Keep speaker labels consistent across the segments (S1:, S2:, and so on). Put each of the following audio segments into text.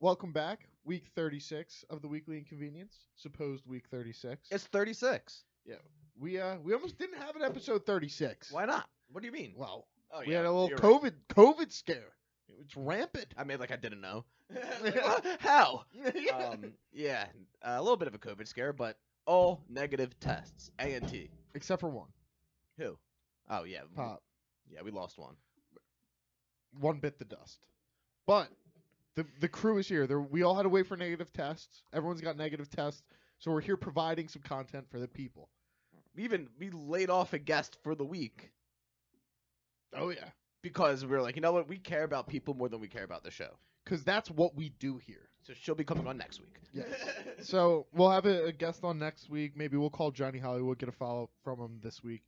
S1: Welcome back, week 36 of the Weekly Inconvenience, supposed week 36.
S2: It's 36.
S1: We uh we almost didn't have an episode 36.
S2: Why not? What do you mean?
S1: Well,
S2: Oh,
S1: we had a little
S2: you're right.
S1: COVID COVID scare. It's rampant.
S2: I made like I didn't know. Like, what? How?
S1: Yeah.
S2: Um, yeah, a little bit of a COVID scare, but all negative tests. A and T.
S1: Except for one.
S2: Who? Oh yeah, we-
S1: Pop.
S2: yeah, we lost one.
S1: One bit the dust. But the the crew is here. They're, we all had to wait for negative tests. Everyone's got negative tests. So we're here providing some content for the people.
S2: We even we laid off a guest for the week
S1: Oh yeah.
S2: because we were like, you know what? We care about people more than we care about the show.
S1: Cuz that's what we do here.
S2: So she'll be coming on next week.
S1: Yes. So we'll have a, a guest on next week. Maybe we'll call Johnny Hollywood, get a follow up from him this week.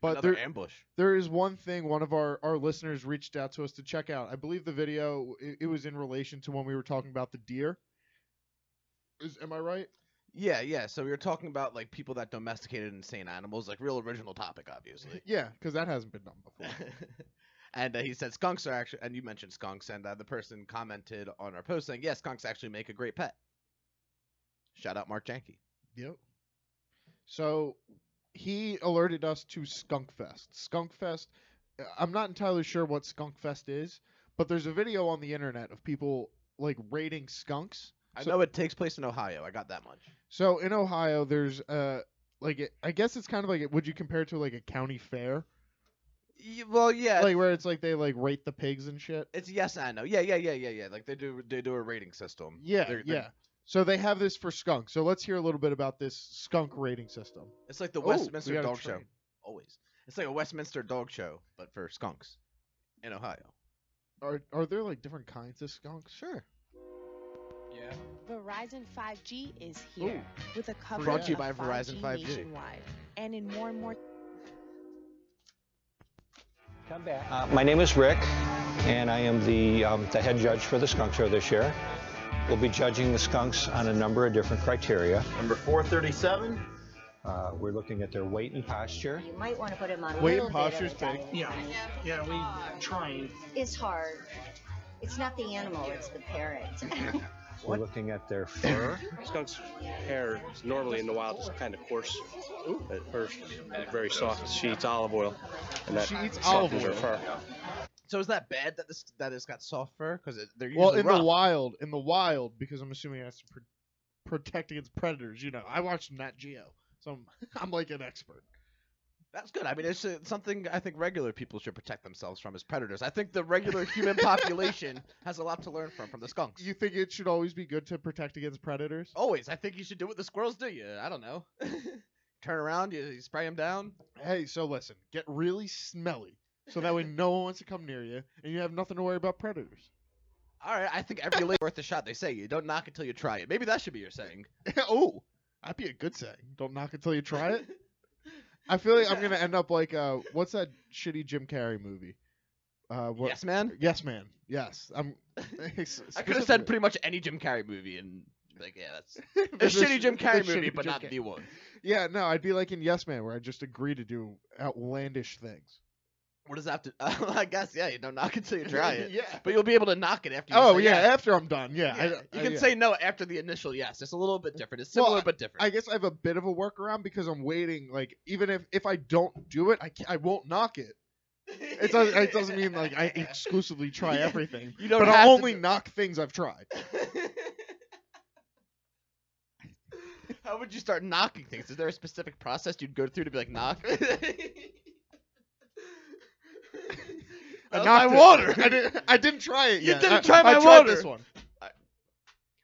S1: But
S2: Another
S1: there,
S2: ambush.
S1: there is one thing one of our, our listeners reached out to us to check out. I believe the video it, it was in relation to when we were talking about the deer. Is am I right?
S2: Yeah, yeah. So we were talking about like people that domesticated insane animals, like real original topic, obviously.
S1: Yeah, because that hasn't been done before.
S2: and uh, he said skunks are actually, and you mentioned skunks, and uh, the person commented on our post saying, "Yes, skunks actually make a great pet." Shout out Mark Janke.
S1: Yep. So he alerted us to Skunk Fest. Skunk Fest. I'm not entirely sure what Skunk Fest is, but there's a video on the internet of people like raiding skunks.
S2: I
S1: So-
S2: know it takes place in Ohio. I got that much.
S1: So in Ohio, there's uh like it, I guess it's kind of like it, would you compare it to like a county fair,
S2: Y- well, yeah,
S1: like where it's like they like rate the pigs and shit.
S2: it's yes and no. Yeah, yeah, yeah, yeah, yeah. Like they do, they do a rating system.
S1: Yeah,
S2: They're- they're-
S1: yeah. So they have this for skunk. So let's hear a little bit about this skunk rating system.
S2: It's like the
S1: Oh, we
S2: Westminster
S1: got a
S2: Dog Show.
S1: train.
S2: Always, it's like a Westminster Dog Show, but for skunks in Ohio.
S1: Are are there like different kinds of skunks?
S2: Sure.
S3: Yeah.
S4: Verizon 5G is here with a coverage
S1: Brought to you
S4: of
S2: by Verizon 5G.
S4: nationwide and in more and more
S3: Come back.
S5: Uh, my name is Rick, and I am the, um, the head judge for the Skunk Show this year. We'll be judging the skunks on a number of different criteria.
S6: Number 437.
S5: Uh, we're looking at their weight and posture.
S7: You might want to put him on a
S1: Weight
S7: little
S1: and
S7: bit
S1: posture's
S7: of a diet.
S8: Yeah, yeah, we train.
S7: It's hard. It's not the animal, it's the parent.
S5: We're looking at their fur.
S8: Skunk's hair is normally in the wild is kind of coarse at first, very soft. She eats olive oil, and that
S1: She eats olive
S8: softens her
S1: oil.
S8: fur.
S2: So is that bad that this that it's got soft fur? Because they're usually
S1: Well, in
S2: rough.
S1: the wild, in the wild, because I'm assuming it has to pro- protect against predators. You know, I watched Nat Geo, so I'm, I'm like an expert.
S2: That's good. I mean, it's uh, something I think regular people should protect themselves from as predators. I think the regular human population has a lot to learn from from the skunks.
S1: You think it should always be good to protect against predators?
S2: Always, I think you should do what the squirrels do. You, I don't know. Turn around, you, you spray them down.
S1: Hey, so listen, get really smelly, so that way no one wants to come near you, and you have nothing to worry about predators.
S2: All right, I think every lady's worth a shot. They say you don't knock until you try it. Maybe that should be your saying.
S1: oh, that'd be a good saying. Don't knock until you try it. I feel like I'm gonna end up like uh, what's that shitty Jim Carrey movie? Uh, what?
S2: Yes, man.
S1: Yes, man. Yes, I'm.
S2: I could have
S1: specifically-
S2: said pretty much any Jim Carrey movie, and be like, yeah, that's a
S1: This
S2: shitty
S1: is-
S2: Jim
S1: this
S2: Carrey
S1: shitty
S2: movie, but
S1: Jim
S2: not
S1: Carrey.
S2: the one.
S1: Yeah, no, I'd be like in Yes Man, where I just agree to do outlandish things.
S2: What does that have to? I guess yeah, you don't knock until you try it.
S1: yeah.
S2: But you'll be able to knock it after. You
S1: Oh
S2: say
S1: yeah,
S2: yes.
S1: after I'm done, yeah. I,
S2: Yeah,
S1: I-
S2: you can
S1: yeah.
S2: say no after the initial yes. It's a little bit different. It's
S1: Well,
S2: similar but different.
S1: I guess I have a bit of a workaround because I'm waiting. Like even if if I don't do it, I ca I won't knock it. It doesn't it doesn't mean like I exclusively try
S2: Yeah.
S1: everything,
S2: you
S1: but
S2: don't
S1: I
S2: have
S1: only
S2: to
S1: knock things I've tried.
S2: do- How would you start knocking things? Is there a specific process you'd go through to be like knock?
S1: I
S2: That
S1: knocked
S2: was my
S1: it.
S2: water.
S1: I didn't I didn't try it
S2: You
S1: yet.
S2: didn't
S1: I-
S2: try
S1: I
S2: my
S1: tried
S2: water.
S1: This one.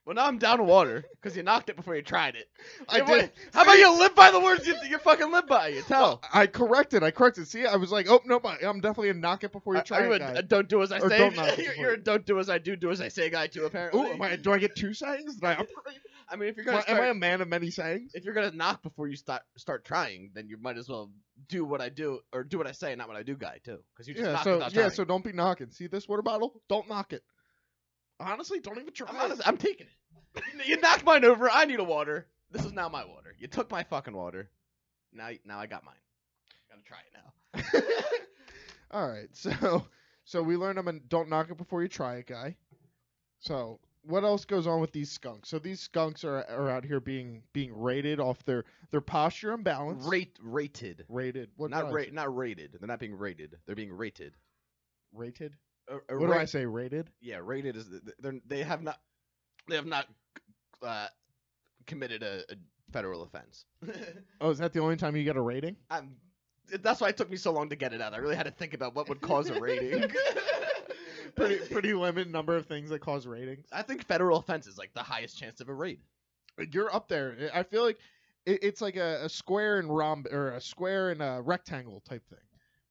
S2: Well, now I'm down water because you knocked it before you tried it.
S1: I
S2: Everyone-
S1: did.
S2: How about you live by the words you, you fucking live by? You tell.
S1: I corrected. I corrected. See, I was like, oh no, I- I'm definitely a knock it before you
S2: Are-
S1: try
S2: are you
S1: it.
S2: a,
S1: guy.
S2: a Uh, don't do as I
S1: Or
S2: say.
S1: don't knock it
S2: you're,
S1: before
S2: you're
S1: you-
S2: a don't do as I do, do as I say guy too. Apparently.
S1: Ooh, am I, do I get two sayings? Did I upgrade?
S2: I mean, if you're
S1: Am
S2: gonna
S1: I-
S2: start,
S1: am I a man of many sayings?
S2: if you're gonna knock before you start start trying, then you might as well do what I do or do what I say, and not what I do, guy too, because you just
S1: Yeah,
S2: knocked
S1: so yeah,
S2: without trying.
S1: so don't be knocking. See this water bottle? Don't knock it. Honestly, don't even try.
S2: I'm,
S1: it.
S2: honest, I'm taking it. You- You knocked mine over. I need a water. This is now my water. You took my fucking water. Now now I got mine. I'm gonna try it now.
S1: All right, so so we learned I'm a don't knock it before you try it guy. So what else goes on with these skunks? So these skunks are are out here being being rated off their their posture and balance.
S2: Rate rated.
S1: rated. What do I
S2: not
S1: say?
S2: ra- not rated. They're not being rated. They're being rated.
S1: rated.
S2: A- a
S1: What do I
S2: rate-
S1: say? Rated.
S2: Yeah, rated is th- th- they're they have not they have not uh, committed a, a federal offense.
S1: Oh, is that the only time you get a rating?
S2: I'm, that's why it took me so long to get it out. I really had to think about what would cause a rating.
S1: Pretty pretty limited number of things that cause ratings.
S2: I think federal offense is like the highest chance of a raid.
S1: Uh, You're up there. I feel like it, it's like a, a square and rhomb or a square and a rectangle type thing,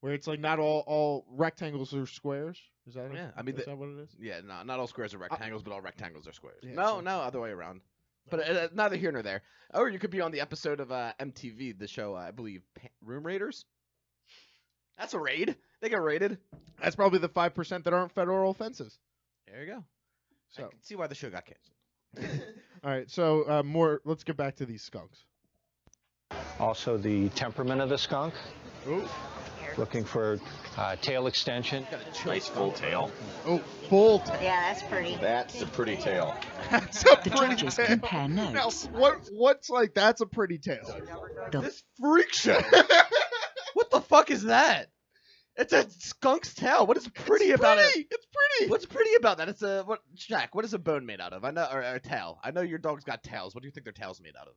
S1: where it's like not all all rectangles are squares. Is that
S2: Yeah, I mean,
S1: is
S2: the-
S1: that what it is?
S2: Yeah, no, not all squares are rectangles, but all rectangles are squares.
S1: Yeah,
S2: no,
S1: so-
S2: no, other way around. But uh, uh, neither here nor there. Or you could be on the episode of uh, MTV, the show uh, I believe pa- Room Raiders. That's a raid. They get raided.
S1: That's probably the five percent that aren't federal offenses.
S2: There you go. So
S1: So.
S2: I can see why the show got canceled.
S1: All right, so uh, more. Let's get back to these skunks.
S5: Also, the temperament of the skunk,
S1: Oh,
S5: looking for uh, tail extension.
S6: Nice full tail.
S1: oh, full. T-
S7: Yeah, that's pretty.
S6: That's a pretty tail.
S1: that's a
S9: The
S1: pretty
S9: judges
S1: tail.
S9: compare
S1: Now,
S9: notes.
S1: what? What's like? That's a pretty tail.
S2: this freak show. what the fuck is that? It's a skunk's tail. What is pretty about it?
S1: It's pretty.
S2: What's pretty about that? It's a what, Jack? What is a bone made out of? I know, or, or a tail. I know your dog's got tails. What do you think their tails made out of?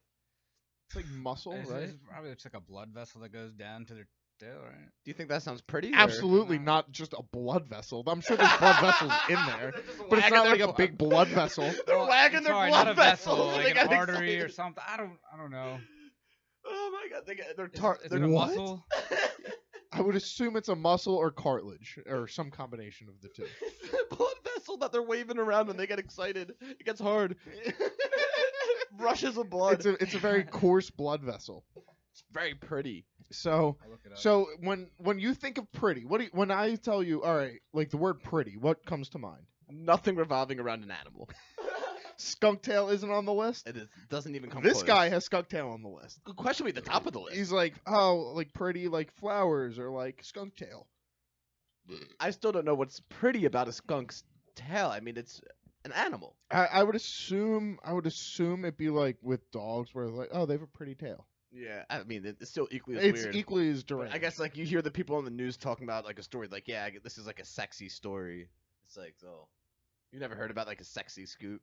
S1: It's like muscle,
S10: It's,
S1: right?
S10: it's probably just like a blood vessel that goes down to their tail, right?
S2: Do you think that sounds pretty? or-
S1: Absolutely not just a blood vessel. I'm sure there's blood vessels in there, but it's not like a big blood vessel.
S2: They're
S10: Well,
S2: wagging their
S10: sorry,
S2: blood
S10: not a vessel,
S2: vessels. They
S10: like
S2: got
S10: an artery or
S2: excited.
S10: something. I don't, I don't know.
S2: Oh my god, they got, they're
S10: Is,
S2: tar-
S10: is
S2: they're
S10: it a
S1: What?
S10: muscle?
S1: I would assume it's a muscle or cartilage or some combination of the two.
S2: It's a blood vessel that they're waving around and they get excited. It gets hard. Rushes of blood.
S1: It's a it's a very coarse blood vessel.
S2: It's very pretty.
S1: So
S10: I'll look it up.
S1: so when when you think of pretty, what do you, when I tell you, all right, like the word pretty, what comes to mind?
S2: Nothing revolving around an animal.
S1: Skunk tail isn't on the list.
S2: It is, doesn't even come
S1: This
S2: close.
S1: guy has skunk tail on the list.
S2: Good question. be at the top of the list.
S1: He's like, oh, like pretty, like flowers or like skunk tail.
S2: I still don't know what's pretty about a skunk's tail. I mean, it's an animal.
S1: I, I would assume I would assume it'd be like with dogs where like oh they have a pretty tail.
S2: Yeah. I mean, it- it's still equally as
S1: It's
S2: weird.
S1: equally as
S2: But
S1: direct.
S2: I guess like you hear the people on the news talking about like a story like yeah I get- this is like a sexy story. It's like oh you never heard about like a sexy scoot.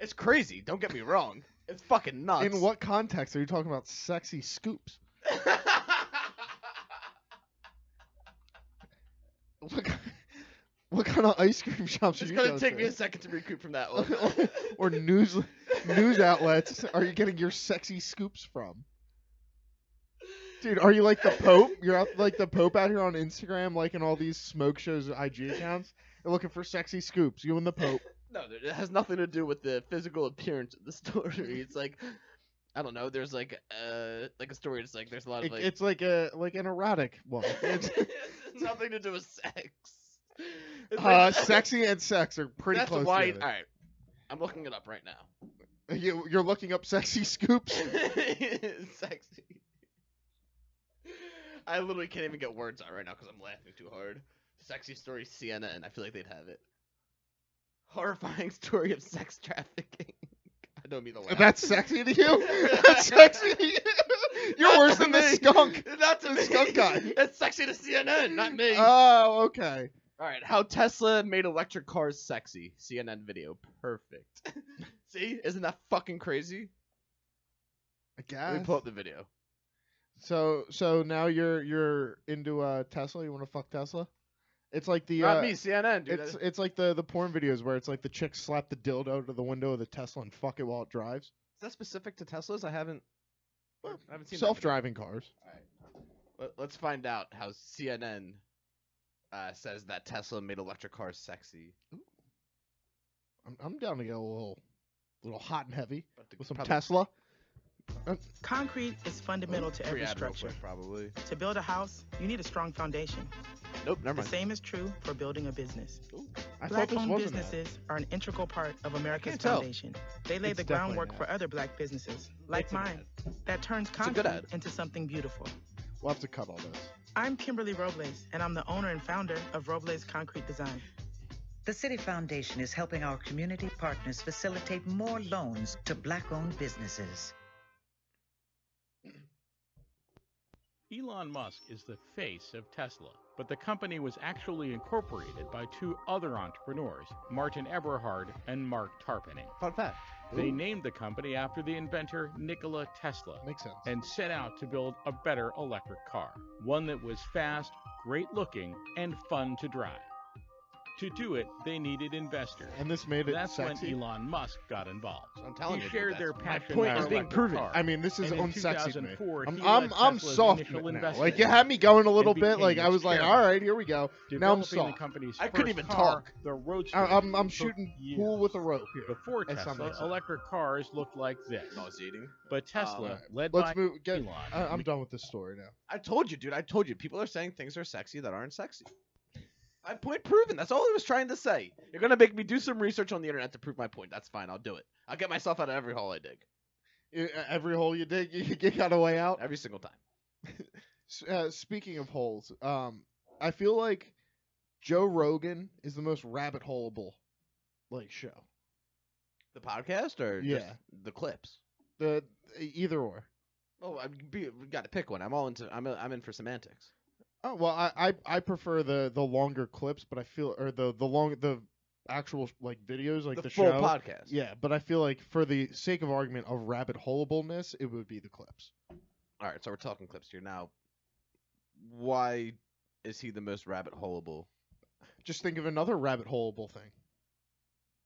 S2: It's crazy. Don't get me wrong. It's fucking nuts.
S1: in what context are you talking about sexy scoops? What kind, what kind of ice cream shops
S2: it's
S1: are you
S2: gonna
S1: go
S2: take
S1: to?
S2: me a second to recoup from that one.
S1: or news news outlets are you getting your sexy scoops from? Dude, are you like the Pope? You're out like the Pope out here on Instagram, like in all these smoke shows, IG accounts, and looking for sexy scoops. You and the Pope.
S2: No, there- it has nothing to do with the physical appearance of the story. It's like I don't know. There's like uh like a story. It's like there's a lot of
S1: It-
S2: like
S1: it's like a like an erotic one. It's,
S2: it's nothing to do with sex. It's
S1: uh,
S2: like-
S1: sexy and sex are pretty
S2: That's
S1: close.
S2: why. All
S1: together.
S2: right, I'm looking it up right now.
S1: You, you're looking up sexy scoops.
S2: Sexy. I literally can't even get words out right now because I'm laughing too hard. Sexy story CNN. I feel like they'd have it. Horrifying story of sex trafficking. I don't mean to laugh.
S1: That's sexy to you. That's sexy. To you. You're
S2: Not
S1: worse
S2: to
S1: than the
S2: me.
S1: skunk.
S2: Not to
S1: The
S2: me.
S1: skunk guy.
S2: It's sexy to CNN, not me.
S1: Oh, okay.
S2: All right, how Tesla made electric cars sexy. CNN video. Perfect. See, isn't that fucking crazy?
S1: I
S2: Let me
S1: guess.
S2: pull up the video.
S1: So so now you're you're into uh, Tesla. You want to fuck Tesla? It's like the
S2: Not
S1: uh,
S2: me, CNN, dude.
S1: it's it's like the the porn videos where it's like the chick slap the dildo to the window of the Tesla and fuck it while it drives.
S2: Is that specific to Teslas? I haven't. I haven't seen that
S1: Self driving cars.
S2: Let, us Uh, find out how CNN uh, says that Tesla made electric cars sexy.
S1: I'm, I'm down to get a little little hot and heavy
S2: But the-
S1: with some
S2: probably-
S1: Tesla.
S9: Concrete is fundamental to every
S2: pre-ad real
S9: structure.
S2: quick, probably.
S9: To build a house, you need a strong foundation.
S2: Nope, never
S9: The
S2: mind.
S9: same is true for building a business.
S1: I thought
S9: Black
S1: this
S9: owned
S1: wasn't that.
S9: businesses are an integral part of America's
S2: can't tell.
S9: foundation. They lay
S1: It's
S9: the
S1: definitely
S9: groundwork
S1: an
S9: for
S1: ad.
S9: other black businesses, like
S2: It's an
S9: mine, that turns
S2: a good
S9: concrete
S2: ad.
S9: into something beautiful.
S1: We'll have to cut all this.
S9: I'm Kimberly Robles, and I'm the owner and founder of Robles Concrete Design.
S11: The City Foundation is helping our community partners facilitate more loans to black owned businesses.
S12: Elon Musk is the face of Tesla, but the company was actually incorporated by two other entrepreneurs, Martin Eberhard and Mark Tarpening.
S1: Fun fact.
S12: They
S1: Ooh.
S12: named the company after the inventor Nikola Tesla
S1: Makes sense.
S12: and set out to build a better electric car, one that was fast, great looking, and fun to drive. To do it, they needed investors.
S1: And this made it
S12: That's
S1: sexy.
S12: when Elon Musk got involved. I'm
S1: telling
S12: he
S1: you, dude,
S12: shared
S1: that's
S12: their
S1: my
S12: passion
S1: point
S12: for
S1: is being
S12: electric
S1: proven.
S12: cars.
S1: I mean, this is
S12: And in
S1: unsexy to me.
S12: 2004,
S1: I'm
S12: he
S1: I'm,
S12: led
S1: I'm
S12: Tesla's
S1: soft
S12: initial
S1: now.
S12: investment
S1: Like you had me going a
S12: and
S1: little bit.
S12: became
S1: Like I
S12: its
S1: was like,
S12: chairman.
S1: all right, here we go. Now I'm
S12: Developing the
S1: soft.
S12: company's
S1: I couldn't
S12: first
S1: even
S12: car,
S1: talk.
S12: The Roadster.
S1: I, am I'm
S12: took
S1: shooting
S12: years.
S1: pool with a rope here.
S12: Before
S1: That sounds
S12: Tesla,
S1: like-
S12: electric cars looked like this. But Tesla,
S2: Um,
S12: led
S2: let's
S12: by
S2: move-
S1: get-
S12: Elon,
S1: I, I'm done with this story now.
S2: I told you, dude. I told you. People are saying things are sexy that aren't sexy. My point proven. That's all I was trying to say. You're gonna make me do some research on the internet to prove my point. That's fine. I'll do it. I'll get myself out of every hole I dig.
S1: E- Every hole you dig, you you got a way out.
S2: Every single time.
S1: S- uh, speaking of holes, um, I feel like Joe Rogan is the most rabbit holeable, like show.
S2: The podcast or just
S1: Yeah.
S2: the clips.
S1: The either or.
S2: Oh, I be, we got to pick one. I'm all into. I'm I'm in for semantics.
S1: Oh well, I, I I prefer the the longer clips, but I feel or the the long the actual like videos like
S2: The
S1: the,
S2: full
S1: show
S2: podcast.
S1: Yeah, but I feel like for the sake of argument of rabbit holeableness, it would be the clips.
S2: All right, so we're talking clips here now. Why is he the most rabbit holeable?
S1: Just think of another rabbit holeable thing.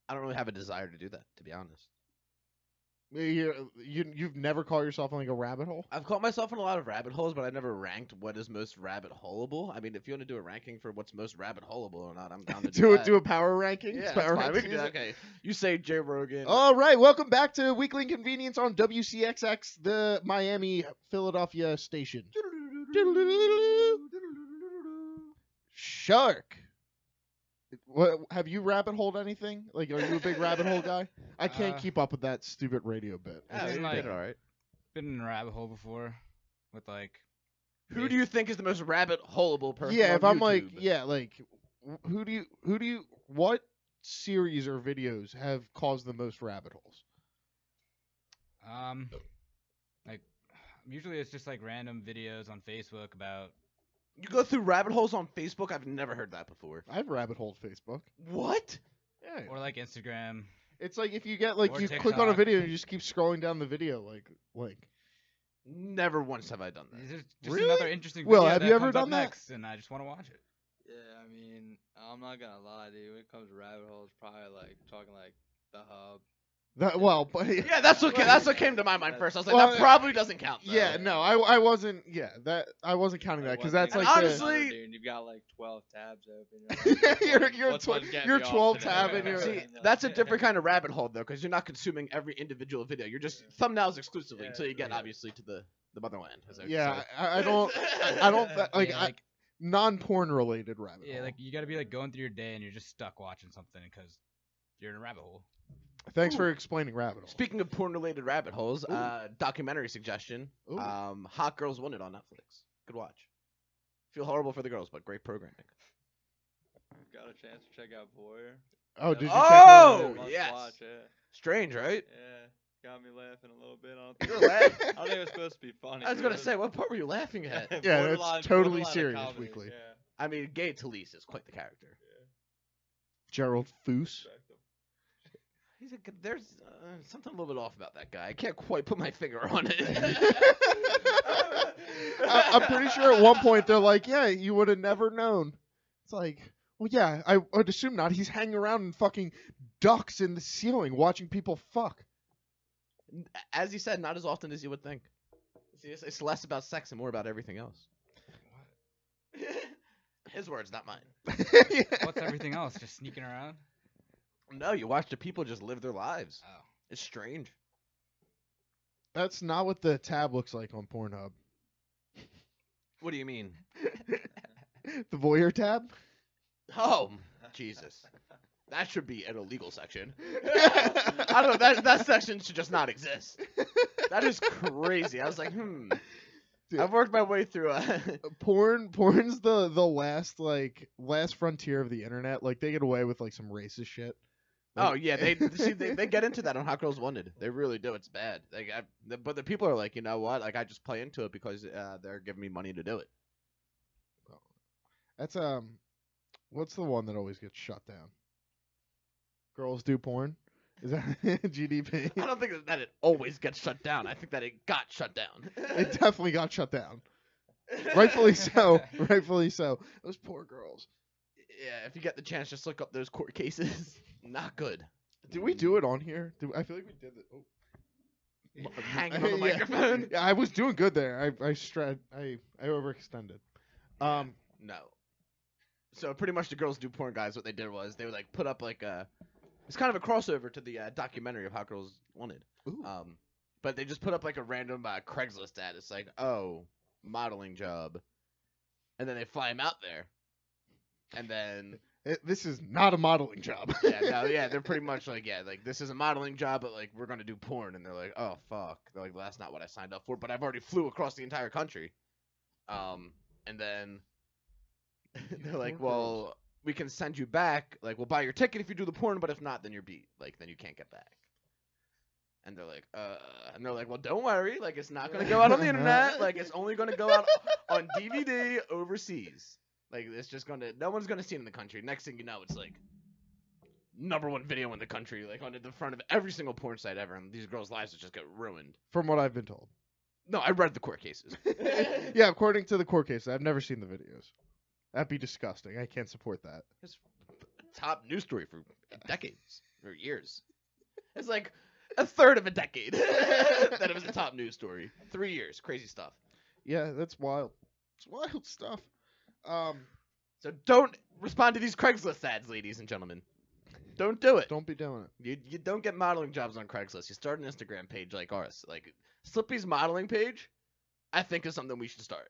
S2: I don't really have a desire to do that, to be honest.
S1: You you you've never called yourself like a rabbit hole.
S2: I've caught myself in a lot of rabbit holes, but I've never ranked what is most rabbit holeable. I mean, if you want to do a ranking for what's most rabbit holeable or not, I'm down to do,
S1: Do
S2: that.
S1: do a power ranking. Oh.
S2: Yeah,
S1: power
S2: that's fine. We can do that.
S1: rankings?
S2: Okay, you say Joe Rogan.
S1: All right, welcome back to Weekly Inconvenience on WCXX, the Miami Philadelphia station. Shark. What, have you rabbit holed anything? Like, are you a big rabbit hole guy? I can't
S10: Uh,
S1: keep up with that stupid radio bit.
S10: Yeah,
S1: It's-
S10: you did
S2: all right.
S10: Been in a rabbit hole before, with like
S2: Who do you think is the most rabbit holeable person?
S1: yeah,
S2: on
S1: if I'm
S2: YouTube?
S1: like, yeah, like, wh- who do you, who do you, what series or videos have caused the most rabbit holes?
S10: um, like usually it's just like random videos on Facebook about
S2: you go through rabbit holes on Facebook. I've never heard that before.
S1: I've rabbit holed Facebook.
S2: What?
S1: Yeah.
S10: or like Instagram.
S1: It's like if you get like
S10: Or
S1: you click on a
S10: TikTok.
S1: video and you just keep scrolling down the video like like
S2: Never once have I done that.
S10: There's just
S1: Really?
S10: another interesting.
S1: Will,
S10: video
S1: have
S10: that
S1: you ever
S10: comes up
S1: done that?
S10: Next, and I just want to watch it.
S13: Yeah, I mean, I'm not gonna lie, dude. When it comes to rabbit holes, probably like talking like the hub.
S1: that. Well, but
S2: Yeah, that's what ca- that's what came to my mind first. I was like,
S1: Well,
S2: that probably doesn't count. though.
S1: Yeah, no, I I wasn't. Yeah, that I wasn't counting that because that's like the-
S13: honestly, dude, you've got like 12 tabs open.
S1: you're you're, tw- you're 12 tab and you're
S2: See, that's a different kind of rabbit hole though, because you're not consuming every individual video. You're just thumbnails exclusively until you get obviously to the the motherland. as I would
S1: yeah.
S2: say.
S1: I, I don't I don't th- like,
S10: Yeah,
S1: I-
S10: like-
S1: non-porn related rabbit.
S10: Yeah, like you got to be like going through your day and you're just stuck watching something because you're in a rabbit hole.
S1: Thanks for explaining rabbit hole.
S2: Speaking of porn-related rabbit holes, uh, documentary suggestion:
S1: Ooh.
S2: um, "Hot Girls Wanted" on Netflix. Good watch. Feel horrible for the girls, but great programming.
S13: Got a chance to check out Voyeur.
S1: Oh,
S13: That
S1: did you
S13: was-
S1: check it out?
S2: Oh,
S13: that was a
S2: yes.
S13: Watch, yeah.
S2: Strange, right?
S13: Yeah, got me laughing a little bit. I don't
S2: You're
S13: think,
S2: laughing.
S13: I don't think it was supposed to be funny.
S2: I was
S13: but it
S2: gonna say, what part were you laughing at?
S1: Yeah, that's
S13: borderline-
S1: totally
S13: borderline a
S1: serious,
S13: comedy,
S1: Weekly.
S13: Yeah.
S2: I mean, Gay Talese is quite the character.
S1: Gerald Foose.
S2: He's a good, there's uh, something a little bit off about that guy. I can't quite put my finger on it.
S1: I, I'm pretty sure at one point they're like, yeah, you would have never known. It's like, well, yeah, I would assume not. He's hanging around in fucking ducks in the ceiling watching people fuck.
S2: As he said, not as often as you would think. See, It's, it's less about sex and more about everything else. His words, not mine.
S10: What's everything else? Just sneaking around.
S2: No, you watch the people just live their lives.
S10: Oh.
S2: It's strange.
S1: That's not what the tab looks like on Pornhub.
S2: What do you mean?
S1: The voyeur tab?
S2: Oh,
S1: Mm.
S2: Jesus. That should be an illegal section. I don't know. That that section should just not exist. That is crazy. I was like, hmm. I've worked my way through. uh, A...
S1: porn porn's the the last like last frontier of the internet. Like they get away with like some racist shit.
S2: Oh yeah, they see they, they get into that on Hot Girls Wanted. They really do. It's bad. Like, I, the, but the people are like, you know what? Like, I just play into it because uh, they're giving me money to do it.
S1: That's um, what's the one that always gets shut down? Girls do porn. Is that GDP?
S2: I don't think that it always gets shut down. I think that it got shut down.
S1: It definitely got shut down. Rightfully so. Rightfully so. Those poor girls.
S2: yeah, if you get the chance, just look up those court cases. Not good.
S1: Did we do it on here? Did, I feel like we did it. Oh.
S2: Hanging on the
S1: Yeah.
S2: microphone.
S1: Yeah, I was doing good there. I I stra- I I overextended. Um,
S2: No. So pretty much the girls do porn guys. What they did was they would like put up like a. It's kind of a crossover to the uh, documentary of Hot Girls Wanted. Um, but they just put up like a random uh, Craigslist ad. It's like, oh, modeling job, and then they fly him out there, and then
S1: it- this is not a modeling job.
S2: yeah, no, yeah, they're pretty much like, yeah, like this is a modeling job, but like we're gonna do porn, and they're like, oh fuck, they're like, well, that's not what I signed up for, but I've already flew across the entire country, um, and then they're like, well, we can send you back, like we'll buy your ticket if you do the porn, but if not, then you're beat, like then you can't get back. And they're like, uh, and they're like, well, don't worry, like it's not gonna go out on the internet, like it's only gonna go out on DVD overseas. Like it's just gonna, no one's gonna see it in the country. Next thing you know, it's like number one video in the country, like on the front of every single porn site ever, and these girls' lives would just get ruined.
S1: From what I've been told.
S2: No, I read the court cases.
S1: Yeah, according to the court case, I've never seen the videos. That'd be disgusting. I can't support that.
S2: Top news story for decades or years. It's like a third of a decade that it was a top news story. Three years, crazy stuff.
S1: Yeah, that's wild. It's wild stuff. Um,
S2: so don't respond to these Craigslist ads, ladies and gentlemen. Don't do it.
S1: Don't be doing it.
S2: You you don't get modeling jobs on Craigslist. You start an Instagram page like ours. Like Slippy's modeling page, I think is something we should start.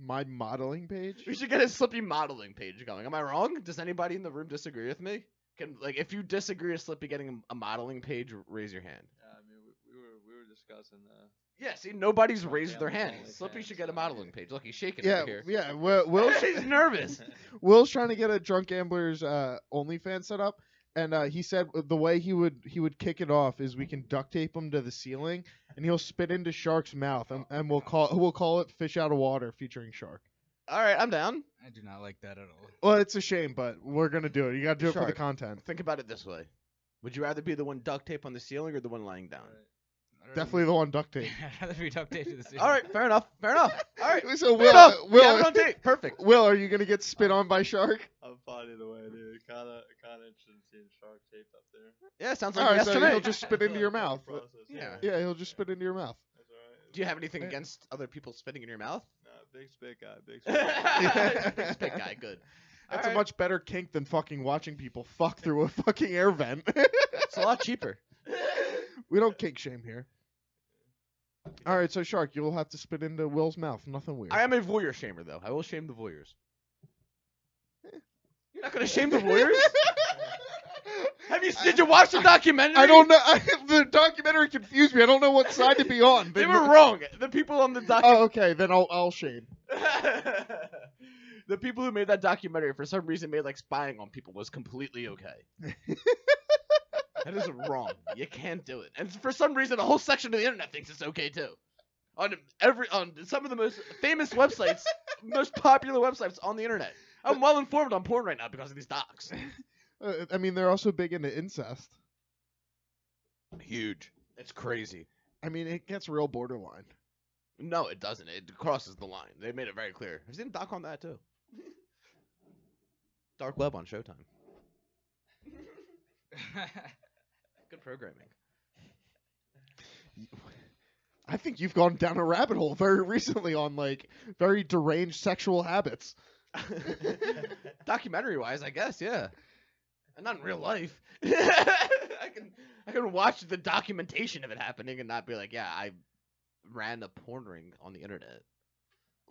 S1: My modeling page?
S2: We should get a Slippy modeling page going. Am I wrong? Does anybody in the room disagree with me? Can like if you disagree with Slippy getting a modeling page, raise your hand.
S13: I mean, we, we were we were discussing uh,
S2: Yeah, see, nobody's
S13: Okay,
S2: raised their
S13: I'm totally
S2: hand. Slippy should get a modeling page. Look, he's shaking
S1: Yeah,
S2: over here.
S1: yeah. Will, Will
S2: He's nervous.
S1: Will's trying to get a drunk gambler's uh, OnlyFans set up, and uh, he said the way he would he would kick it off is we can duct tape him to the ceiling, and he'll spit into Shark's mouth, and, and we'll call we'll call it "Fish Out of Water" featuring Shark.
S2: All right, I'm down.
S10: I do not like that at all.
S1: Well, it's a shame, but we're gonna do it. You gotta do it for
S2: Shark.
S1: the content.
S2: Think about it this way: Would you rather be the one duct tape on the ceiling or the one lying down?
S1: Definitely the one duct tape.
S10: I'd rather be duct taped to the ceiling.
S2: All right, fair enough. Fair enough. All right.
S1: So
S2: fair
S1: Will,
S2: enough.
S1: uh,
S2: We
S1: Will,
S2: have it on tape. Perfect.
S1: Will, are you gonna get spit on by Shark?
S13: I'm funny the way, dude. Kind of kind of interested in seeing shark taped up there.
S2: Yeah, sounds
S1: All
S2: like
S1: right,
S2: yes
S1: so
S2: to me.
S1: he'll just spit into your mouth.
S2: Yeah.
S1: Yeah, he'll just spit into your mouth.
S2: Do you have anything
S1: Yeah.
S2: against other people spitting in your mouth?
S13: Nah, big spit guy, big spit. guy.
S2: Big spit guy, good.
S1: That's
S2: All
S1: a
S2: right.
S1: much better kink than fucking watching people fuck through a fucking air vent.
S2: It's a lot cheaper.
S1: we don't kink shame here. All right, so Shark, you'll have to spit into Will's mouth. Nothing weird.
S2: I am a voyeur shamer, though. I will shame the voyeurs. You're not gonna shame the voyeurs? Have you did you watch the documentary?
S1: I don't know. I, the documentary confused me. I don't know what side to be on.
S2: They were wrong. The people on the doc.
S1: Oh, okay. Then I'll I'll shame.
S2: the people who made that documentary for some reason made like spying on people was completely okay. that is wrong. You can't do it. And for some reason, a whole section of the internet thinks it's okay too. On every on some of the most famous websites, most popular websites on the internet. I'm well informed on porn right now because of these docs.
S1: Uh, I mean, they're also big into incest.
S2: Huge. It's crazy.
S1: I mean, it gets real borderline.
S2: No, it doesn't. It crosses the line. They made it very clear. I've seen a doc on that too. Dark Web on Showtime. Good programming.
S1: I think you've gone down a rabbit hole very recently on like very deranged sexual habits.
S2: Documentary wise, I guess, yeah. And not in real life. I can I can watch the documentation of it happening and not be like, yeah, I ran a porn ring on the internet.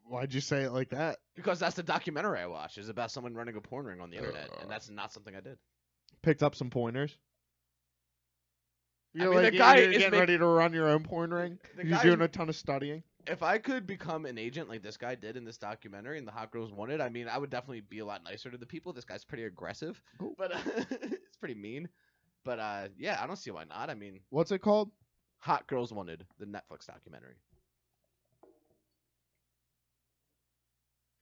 S1: Why'd you say it like that?
S2: Because that's the documentary I watched. is about someone running a porn ring on the internet, and that's not something I did.
S1: Picked up some pointers. You're
S2: mean,
S1: like
S2: the guy
S1: you're
S2: is
S1: getting
S2: make-
S1: ready to run your own porn ring.
S2: The
S1: You're
S2: guy
S1: doing
S2: is-
S1: a ton of studying.
S2: if I could become an agent like this guy did in this documentary and the Hot Girls Wanted, I mean, I would definitely be a lot nicer to the people. This guy's pretty aggressive, but uh, it's pretty mean. But uh, yeah, I don't see why not. I mean,
S1: What's it called?
S2: Hot Girls Wanted, the Netflix documentary.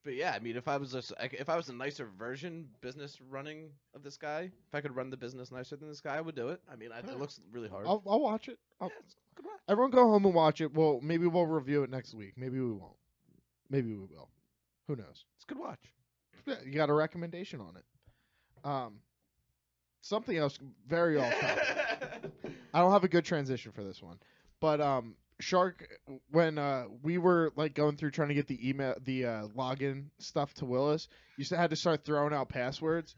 S2: But yeah, I mean, if I was a, s- I c- if I was a nicer version business running of this guy, if I could run the business nicer than this guy, I would do it. I mean, I, it looks really hard.
S1: I'll, I'll watch it. I'll- Everyone go home and watch it. Well, maybe we'll review it next week. Maybe we won't. Maybe we will. Who knows?
S2: It's a good watch.
S1: Yeah, you got a recommendation on it. Um, something else very off topic. I don't have a good transition for this one, but um, Shark, when uh we were like going through trying to get the email, the uh, login stuff to Willis, you s- had to start throwing out passwords,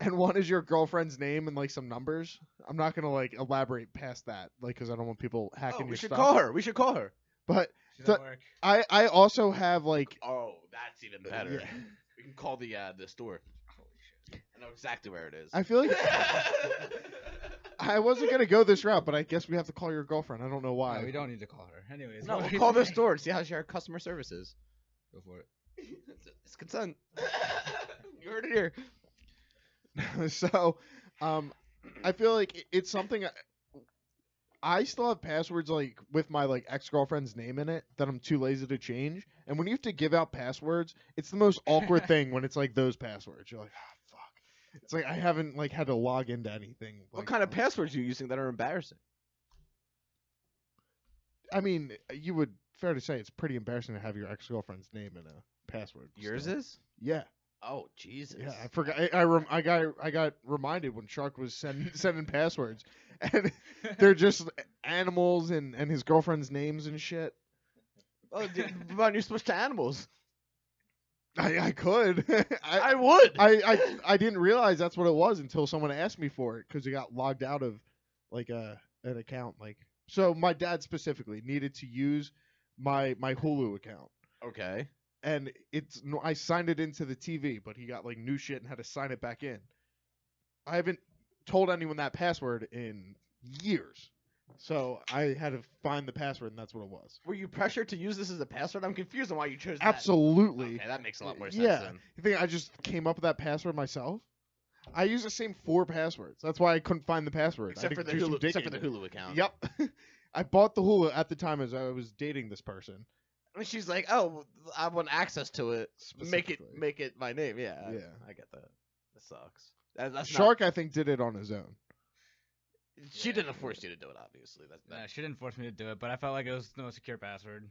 S1: and one is your girlfriend's name and like some numbers. I'm not gonna like elaborate past that, like, because I don't want people hacking
S2: Oh, we
S1: your
S2: should
S1: stuff.
S2: call her. We should call her.
S1: But
S2: She's
S1: the-
S2: at work.
S1: I I also have like
S2: Oh, that's even better.
S1: yeah.
S2: We can call the uh, the store. I know exactly where it is.
S1: I feel like I wasn't gonna go this route, but I guess we have to call your girlfriend. I don't know why.
S10: No, we don't need to call her. Anyways,
S2: no,
S10: what
S2: we'll
S10: were
S2: call
S10: you
S2: the
S10: saying?
S2: store and see how she our customer service is.
S10: Go for it.
S2: It's consent. you heard it here.
S1: so, um, I feel like it- it's something. I, I still have passwords like with my like ex girlfriend's name in it that I'm too lazy to change. And when you have to give out passwords, it's the most awkward thing when it's like those passwords. You're like, ah, fuck. It's like I haven't like had to log into anything.
S2: What kind of passwords are you using that are embarrassing?
S1: I mean, you would fair to say it's pretty embarrassing to have your ex girlfriend's name in a password.
S2: Yours
S1: still.
S2: is?
S1: Yeah.
S2: Oh Jesus.
S1: Yeah, I forgot. I I, rem- I got I got reminded when Shark was send- sending passwords, and they're just animals and and his girlfriend's names and shit.
S2: Oh, dude, Von, you're supposed to animals.
S1: I, I could. I,
S2: would.
S1: I, I I didn't realize that's what it was until someone asked me for it because it got logged out of like a an account. Like so, my dad specifically needed to use my my Hulu account.
S2: Okay.
S1: and it's no, I signed it into the TV, but he got like new shit and had to sign it back in. I haven't told anyone that password in years, so I had to find the password, and that's what it was.
S2: Were you pressured to use this as a password? I'm confused on why you chose that.
S1: Absolutely.
S2: Okay, that makes a lot more sense.
S1: yeah,
S2: Then.
S1: you think I just came up with that password myself? I use the same four passwords. That's why I couldn't find the password. I had
S2: Except
S1: to
S2: for the
S1: do some
S2: Hulu, except for the
S1: digging.
S2: Hulu account.
S1: Yep. I bought the Hulu at the time as I was dating this person.
S2: And she's like, "Oh, well, I want access to it. Make it, make it my name." Yeah, I-
S1: Yeah.
S2: I get that. That sucks. That, that's not-
S1: Shark, I think, did it on his own.
S2: she didn't force you to do it, obviously. That's
S10: Nah, she didn't force me to do it, but I felt like it was no secure password.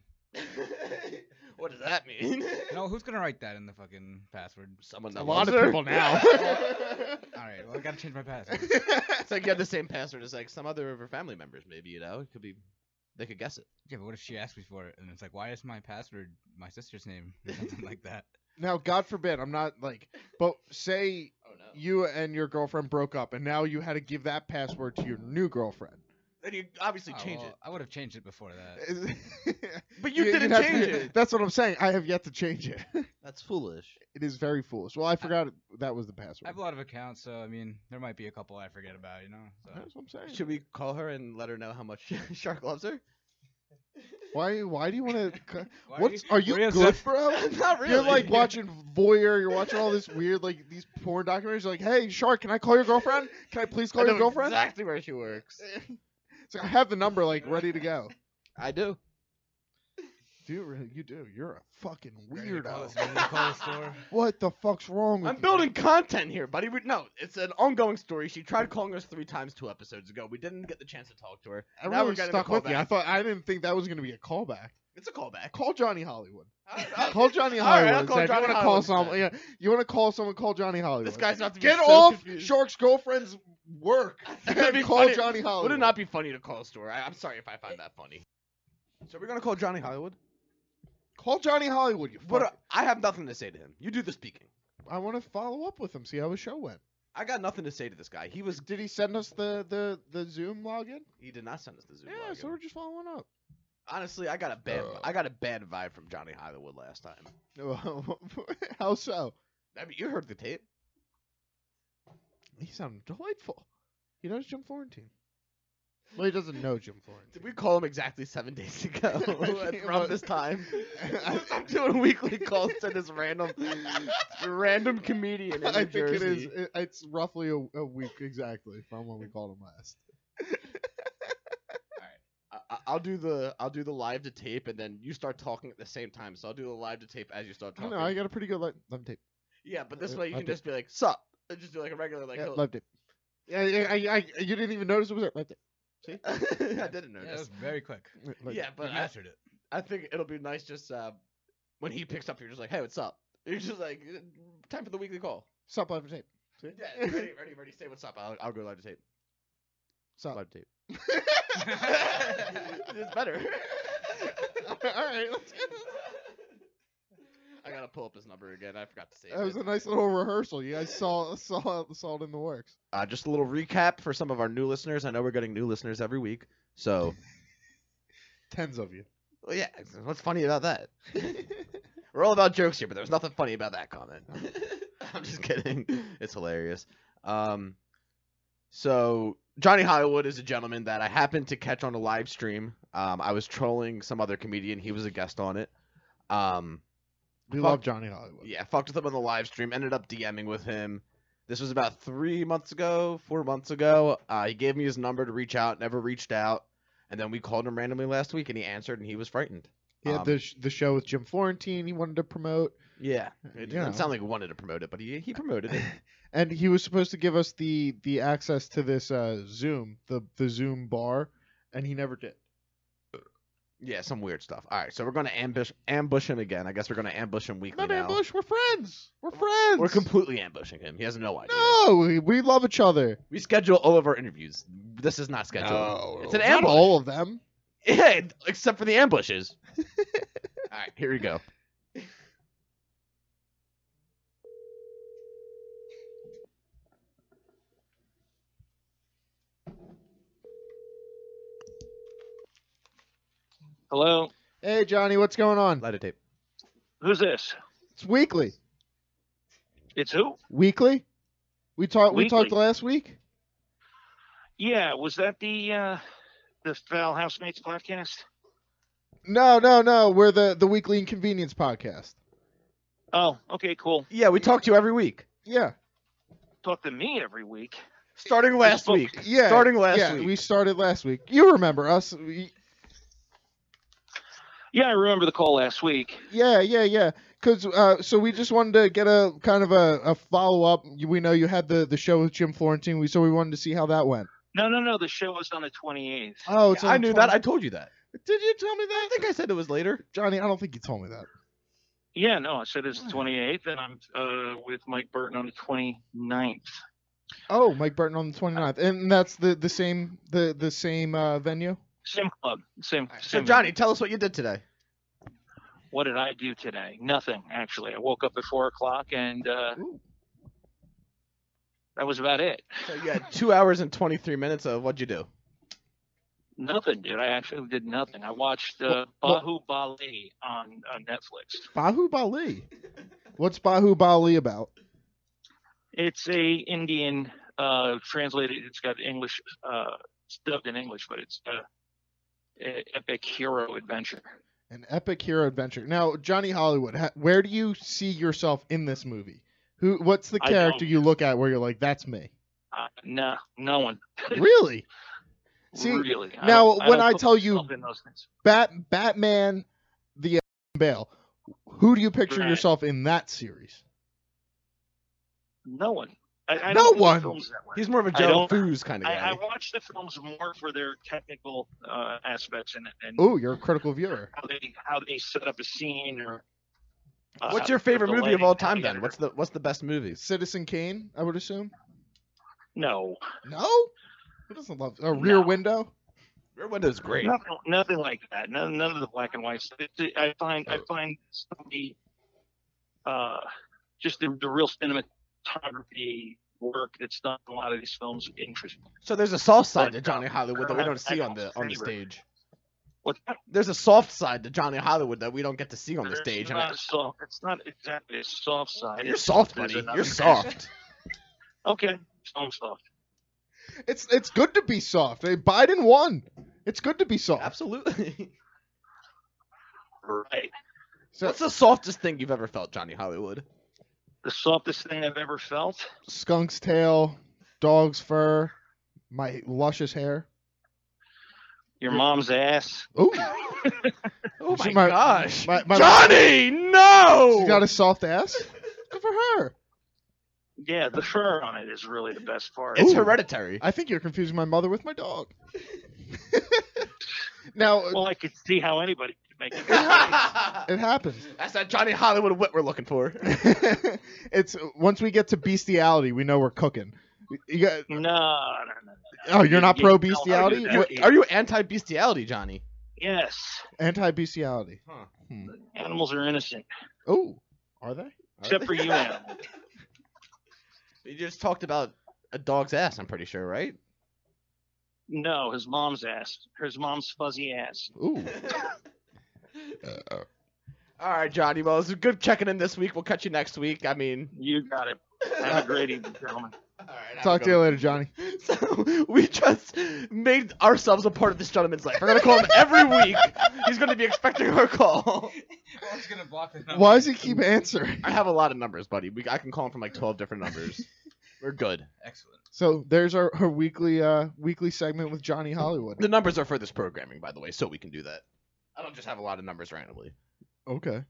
S2: what does that mean?
S10: no, who's gonna write that in the fucking password?
S2: Someone.
S1: A lot of people now.
S10: All right, well I gotta change my password.
S2: it's like you have the same password as like some other of her family members. Maybe you know, it could be, they could guess it.
S10: Yeah, but what if she asks me for it and it's like, why is my password my sister's name or something like that?
S1: Now, God forbid, I'm not like, but say you and your girlfriend broke up, and now you had to give that password to your new girlfriend.
S2: And you obviously
S10: Oh,
S2: change
S10: well, I would have changed it before that.
S1: Is-
S2: But you
S1: you'd
S2: didn't
S1: have to-
S2: change it.
S1: That's what I'm saying. I have yet to change it.
S2: it. That's foolish.
S1: it is very foolish. Well, I forgot that was the
S10: I
S1: password.
S10: have a lot of accounts, so I mean, there might be a couple I forget about, you know. So.
S1: That's what I'm saying.
S2: Should we call her and let her know how much Shark loves her?
S1: Why? Why do you want to?
S10: Why are
S1: What's
S10: you-
S1: are you
S10: were you
S1: good,
S10: upset?
S1: bro?
S2: Not
S1: You're like
S2: really.
S1: watching voyeur. You're watching all this weird, like these porn documentaries. You're like, hey, shark, can I call your girlfriend? Can I please call
S2: I
S1: your
S2: know
S1: girlfriend?
S2: Exactly where she works.
S1: So I have the number like ready to go.
S2: I do.
S1: Do you really? You do. You're a fucking
S10: Ready to call
S1: weirdo.
S10: this- ready to call this store?
S1: What the fuck's wrong with
S2: I'm
S1: you?
S2: building content here, buddy. We, no, it's an ongoing story. She tried calling us three times two episodes ago. We didn't get the chance to talk to her.
S1: I
S2: now
S1: really
S2: we're getting
S1: stuck
S2: a
S1: with you. I
S2: callback.
S1: thought I didn't think that was going to be a callback.
S2: It's a callback.
S1: Call Johnny Hollywood.
S2: I- I-
S1: Call Johnny
S2: All right,
S1: Hollywood.
S2: I'll
S1: and
S2: call
S1: say, if
S2: Johnny
S1: you want to call
S2: Hollywood
S1: someone? Yeah, you want to call someone? Call Johnny Hollywood.
S2: This guy's about to be
S1: get
S2: so
S1: off
S2: confused.
S1: Shark's girlfriend's work.
S2: That'd be
S1: and call
S2: funny.
S1: Johnny Hollywood.
S2: Would it not be funny to call a store? I, I'm sorry if I find that funny. So we're gonna call Johnny Hollywood.
S1: Call Johnny Hollywood. You
S2: What?
S1: fuck.
S2: a- I have nothing to say to him. You do the speaking.
S1: I want to follow up with him. See how his show went.
S2: I got nothing to say to this guy. He was.
S1: Did he send us the the the Zoom login?
S2: He did not send us the Zoom.
S1: yeah,
S2: login.
S1: so we're Oh. just following up.
S2: Honestly, I got a bad. I got a bad vibe from Johnny Hollywood last time.
S1: how so?
S2: I mean, you heard the tape.
S1: He sounded delightful. He knows Jim Florentine. Well, he doesn't know Jim Florence.
S2: Did we call him exactly seven days ago at
S1: It
S2: around
S1: was-
S2: this time? I'm doing weekly calls to this random, random comedian in New
S1: I think
S2: Jersey.
S1: it is. it- it's roughly a, a week exactly from when we called him last.
S2: I- I- I'll do the I'll do the live to tape and then you start talking at the same time. So I'll do the live to tape as you start
S1: I
S2: talking.
S1: don't know. I got a pretty good li- love tape.
S2: Yeah, but this
S1: Uh,
S2: way you
S1: live
S2: can
S1: tape.
S2: just be like, "Sup," and just do like a regular like.
S1: yeah,
S2: "Hello."
S1: love tape. Yeah, yeah, I, I, you didn't even notice it was there. Love tape. See?
S2: I didn't notice.
S10: that was very quick.
S1: Like,
S2: yeah, but
S10: you
S2: I-
S10: mastered it.
S2: I think it'll be nice just uh, when he picks up. You're just like, "Hey, what's up?" You're just like, "Time for the weekly call."
S1: Stop live tape. See?
S2: Yeah, ready, ready, ready. Say what's up. I'll, I'll go live to tape.
S1: Stop.
S2: Live to tape. it's better.
S1: All right. Let's...
S2: I gotta pull up his number again. I forgot to say.
S1: That was a nice little rehearsal. You guys saw saw saw it in the works.
S2: Uh, just a little recap for some of our new listeners. I know we're getting new listeners every week, so
S1: Tens of you.
S2: well, yeah. What's funny about that? we're all about jokes here, but there's nothing funny about that comment. I'm just kidding. It's hilarious. Um, so Johnny Hollywood is a gentleman that I happened to catch on a live stream. Um, I was trolling some other comedian. He was a guest on it. Um,
S1: We
S2: fuck-
S1: love Johnny Hollywood.
S2: yeah, fucked with him on the live stream. Ended up DMing with him. This was about three months ago, four months ago. Uh, he gave me his number to reach out. Never reached out. And then we called him randomly last week, and he answered, and he was frightened.
S1: He had
S2: Um,
S1: the sh- the show with Jim Florentine. He wanted to promote.
S2: Yeah, it
S1: Yeah.
S2: didn't sound like he wanted to promote it, but he he promoted it.
S1: and he was supposed to give us the the access to this uh zoom the the zoom bar and he never did
S2: yeah, some weird stuff. All right, so we're gonna ambush ambush him again. I guess we're gonna ambush him weekly
S1: not
S2: now.
S1: ambush we're friends we're friends
S2: We're completely ambushing him. He has no idea.
S1: no we, we love each other
S2: We schedule all of our interviews. This is not scheduled. it's an
S1: Not
S2: ambush.
S1: all of them
S2: Yeah, except for the ambushes. all right, here we go.
S14: Hello.
S1: hey johnny what's going on
S2: light tape
S14: Who's this?
S1: it's weekly
S14: It's who?
S1: weekly we talked we talked
S14: Weekly.
S1: last week
S14: Yeah. Was that the uh, the Foul Housemates podcast?
S1: no no no we're the the weekly inconvenience podcast
S14: Oh, okay, cool.
S2: Yeah, we talk to you every week.
S1: yeah
S14: Talk to me every week.
S2: Starting last week.
S1: yeah
S2: Starting last
S1: yeah,
S2: week.
S1: we started last week you remember us we,
S14: Yeah, I remember the call last week.
S1: Yeah, yeah, yeah. Cause uh, so we just wanted to get a kind of a, a follow up. We know you had the, the show with Jim Florentine. We so we wanted to see how that went.
S14: No, no, no. The show was on the twenty eighth.
S1: Oh, it's
S2: I knew that. I told you that. Did you tell me that? I think I said it was later.
S1: Johnny, I don't think you told me that.
S14: Yeah, no, I said it's the twenty eighth, and I'm uh, with Mike Burton on the 29th.
S1: Oh, Mike Burton on the 29th, and that's the, the same the the same uh, venue.
S14: Sim Club. Sim.
S2: So
S14: sim
S2: Johnny, tell us what you did today.
S14: What did I do today? Nothing actually. I woke up at four o'clock, and uh, that was about it.
S2: So you had two hours and twenty three minutes of what'd you do?
S14: Nothing, dude. I actually did nothing. I watched uh,
S1: Well-
S14: Bahu Bali on, on Netflix.
S1: Bahu Bali. What's Bahu Bali about?
S14: It's a Indian uh, translated. It's got English. Uh, it's dubbed in English, but it's a, a epic hero adventure.
S1: An epic hero adventure. Now, Johnny Hollywood, ha- where do you see yourself in this movie? Who? What's the
S14: I
S1: character
S14: don't.
S1: you look at where you're like, that's me?
S14: Uh, no, no one.
S1: Really? See,
S14: really. I
S1: now,
S14: don't-
S1: when
S14: don't
S1: I
S14: put
S1: tell you-
S14: myself in those things.
S1: Bat Batman, the uh, Bale. Who do you picture
S14: Right.
S1: yourself in that series?
S14: no one. I, I
S1: No
S14: don't
S1: one.
S14: Do films that way.
S2: He's more of a
S14: I
S2: Joe
S14: don't-
S2: Foos kind of
S14: I, I
S2: guy.
S14: watch the films more for their technical uh, aspects and, and
S1: Oh, you're a critical viewer.
S14: how they how they set up a scene or. uh,
S2: What's your
S14: how they put
S2: favorite
S14: the
S2: movie of
S14: lighting
S2: all
S14: how
S2: time
S14: they-
S2: then? What's the what's the best movie?
S1: Citizen Kane, I would assume.
S14: No,
S1: No, who doesn't love a Rear Window?
S2: Rear Window's great.
S14: Nothing, nothing like that. None, none of the black and whites. It- it- I find
S2: Oh.
S14: I find some of the, uh, just the, the real cinematography work that's done in a lot of these films interesting.
S2: So there's a soft side to Johnny Hollywood that we don't see on the on the stage.
S14: What?
S2: There's a soft side to Johnny Hollywood that we don't get to see on the
S14: There's
S2: stage. And
S14: Not
S2: I,
S14: soft, it's not exactly a soft side.
S2: you're
S14: It's-
S2: soft,
S14: there's
S2: buddy.
S14: another-
S2: You're soft.
S14: okay, so I'm soft.
S1: It's it's good to be soft. Hey, Biden won. It's good to be soft.
S2: Absolutely.
S14: Right.
S2: What's the softest thing you've ever felt, Johnny Hollywood?
S14: The softest thing I've ever felt.
S1: Skunk's tail, dog's fur, my luscious hair.
S14: Your mom's ass.
S1: Ooh.
S2: Oh
S1: She-
S2: my, gosh.
S1: my- my-
S2: Johnny, no!
S1: She's got a soft ass. Good for her.
S14: Yeah, the fur on it is really the best part.
S1: Ooh. I think you're confusing my mother with my dog. now,
S14: Well, I could see how anybody could make it.
S1: it happens.
S2: That's that Johnny Hollywood wit we're looking for.
S1: It's once we get to bestiality, we know we're cooking. You got,
S14: no, no, no.
S1: oh, you're not
S2: You-
S1: pro
S2: you-
S1: bestiality?
S2: Are you- Are you anti bestiality, Johnny?
S14: Yes,
S1: Anti bestiality. Hmm.
S14: animals are innocent,
S1: Oh, are they?
S14: except for you animals.
S2: You just talked about a dog's ass, I'm pretty sure, right?
S14: No, his mom's ass. His mom's fuzzy ass.
S1: Ooh.
S2: All right, Johnny. Well, it's good checking in this week. We'll catch you next week. I mean,
S14: you got it. Have a great evening, gentlemen.
S1: Talk to you later, Johnny.
S2: So we just made ourselves a part of this gentleman's life. We're gonna call him every week. He's gonna be expecting our call.
S10: gonna block his
S1: Why does he keep answering?
S2: I have a lot of numbers, buddy. We, I can call him from like twelve different numbers. We're good.
S10: Excellent.
S1: So there's our, our weekly uh weekly segment with Johnny Hollywood.
S2: The numbers are for this programming, by the way, so we can do that. I don't just have a lot of numbers randomly.
S1: Okay.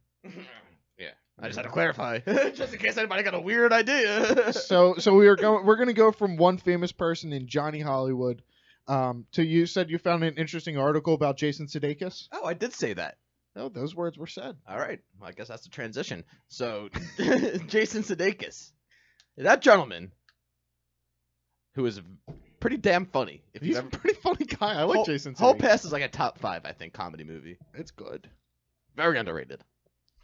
S2: Yeah, I just had to clarify, just in case anybody got a weird idea.
S1: so so we are going we're gonna go from one famous person in Johnny Hollywood um to you said you found an interesting article about Jason Sudeikis.
S2: Oh, I did say that.
S1: No, those words were said.
S2: All right. Well, I guess that's the transition. So, Jason Sudeikis, that gentleman, who is pretty damn funny. If
S1: He's
S2: you
S1: a
S2: ever,
S1: pretty funny guy. I like
S2: Hall-
S1: Jason Sudeikis.
S2: Hall Pass is like a top five, I think, comedy movie.
S1: It's good.
S2: Very underrated.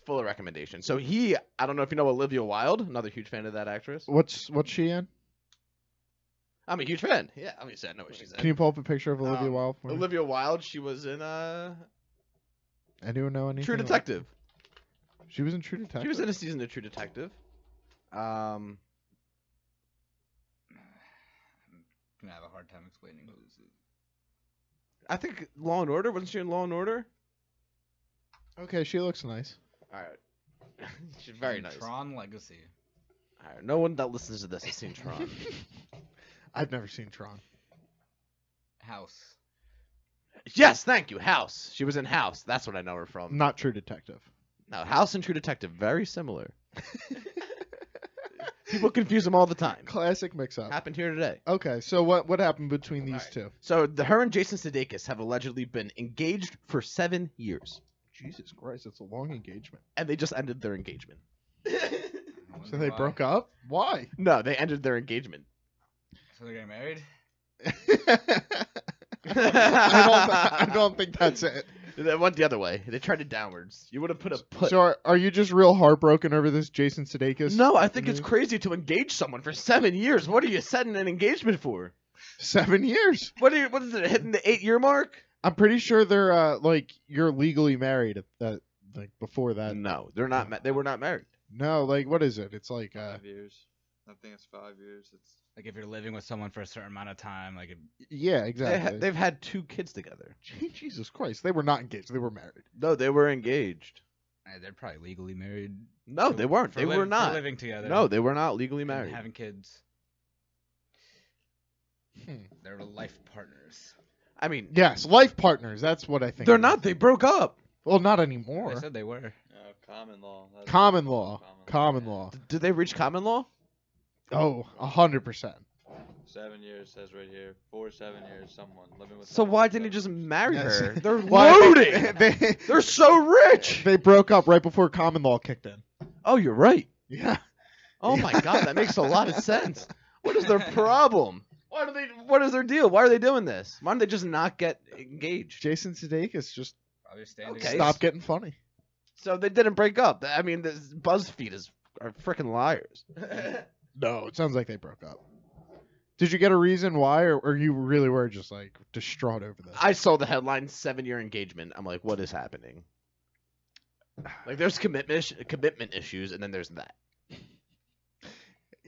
S2: Full of recommendation. So he, I don't know if you know Olivia Wilde, another huge fan of that actress.
S1: What's what's she in?
S2: I'm a huge fan. Yeah, obviously I know what she's in.
S1: Can you pull up a picture of Olivia
S2: Um,
S1: Wilde for me?
S2: Olivia Wilde, she was in uh,
S1: Anyone know anything?
S2: True
S1: about-
S2: Detective.
S1: She was in True Detective.
S2: She was in a season of True Detective. Um,
S10: I'm gonna have a hard time explaining who this is.
S2: I think Law and Order wasn't she in Law and Order?
S1: Okay, she looks nice.
S2: All right, she's very
S10: In
S2: nice.
S10: Tron Legacy.
S2: All right, no one that listens to this has seen Tron.
S1: I've never seen Tron.
S10: House.
S2: yes, thank you. House. She was in House. That's what I know her from.
S1: Not True Detective.
S2: No, House and True Detective very similar. People confuse them all the time.
S1: Classic mix up.
S2: Happened here today.
S1: Okay, so what what happened between these two?
S2: So the her and Jason Sudeikis have allegedly been engaged for seven years,
S1: Jesus Christ, it's a long engagement.
S2: and they just ended their engagement.
S1: So they broke up? Why?
S2: No, they ended their engagement.
S10: So they're getting married.
S1: I, don't, I don't think that's it.
S2: They went the other way. They tried it downwards. You would have put a put.
S1: So are, are you just real heartbroken over this Jason Sudeikis?
S2: no, I think it's
S1: news?
S2: crazy to engage someone for seven years. What are you setting an engagement for?
S1: seven years.
S2: What are you, what is it hitting the eight year mark?
S1: I'm pretty sure they're uh, like you're legally married at that like before that.
S2: No, they're not. Ma- they were not married.
S1: No, like what is it? It's like uh,
S13: Five years. I think it's five years. It's
S10: Like if you're living with someone for a certain amount of time, like if,
S1: yeah,
S2: They ha-
S1: exactly.
S2: they've had two kids together.
S1: Gee, Jesus Christ, they were not engaged. They were married.
S2: No, they were engaged.
S10: eh, they're probably legally married.
S2: No,
S10: for-
S2: they weren't.
S10: for
S2: They
S10: li-
S2: were
S10: for
S2: not.
S10: living together.
S2: No, they were not legally
S10: and
S2: married.
S10: Having kids.
S1: Hmm.
S10: They're life partners.
S2: I mean,
S1: Yes, life partners. That's what I think.
S2: they're
S1: it
S2: not.
S1: is.
S2: They broke up.
S1: Well, not
S10: They
S1: anymore.
S10: said they were.
S13: uh, common law. That's-
S1: Common law. Common law.
S2: D- Did they reach common law?
S1: Oh, a hundred percent.
S13: Seven years says right here. Four seven years. Someone living with.
S2: So
S13: someone
S2: why
S13: for
S2: didn't he
S13: seven
S2: just
S13: years.
S2: marry
S1: Yes.
S2: her? They're
S1: Well, I
S2: loading.
S1: think They,
S2: They're so rich.
S1: they broke up right before common law kicked in.
S2: Oh, you're right.
S1: Yeah.
S2: Oh my god, that makes a lot of sense. What is their problem? Why do they? What is their deal? Why are they doing this? Why don't they just not get engaged?
S1: Jason Sudeikis just
S10: Probably staying
S2: Okay.
S10: together.
S1: stop getting funny.
S2: So they didn't break up. I mean, this BuzzFeed is are freaking liars.
S1: No, it sounds like they broke up. Did you get a reason why, or, or you really were just like distraught over this?
S2: I saw the headline seven year engagement. I'm like, what is happening? Like, there's commitment ish- commitment issues, and then there's that.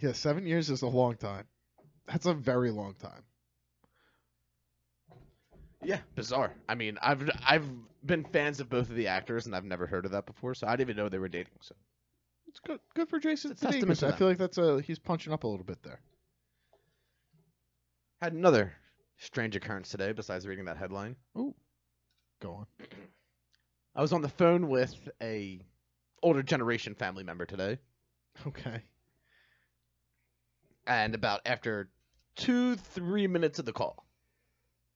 S1: yeah, seven years is a long time. That's a very long time.
S2: Yeah, bizarre. I mean, I've I've been fans of both of the actors, and I've never heard of that before, so I didn't even know they were dating. So
S1: It's good. Good for Jason
S2: testament
S1: Sudeikis.
S2: to
S1: I
S2: them.
S1: feel like that's a he's punching up a little bit there.
S2: had another strange occurrence today besides reading that headline.
S1: Ooh, go on.
S2: I was on the phone with a older generation family member today,
S1: Okay.
S2: and about after two three minutes of the call,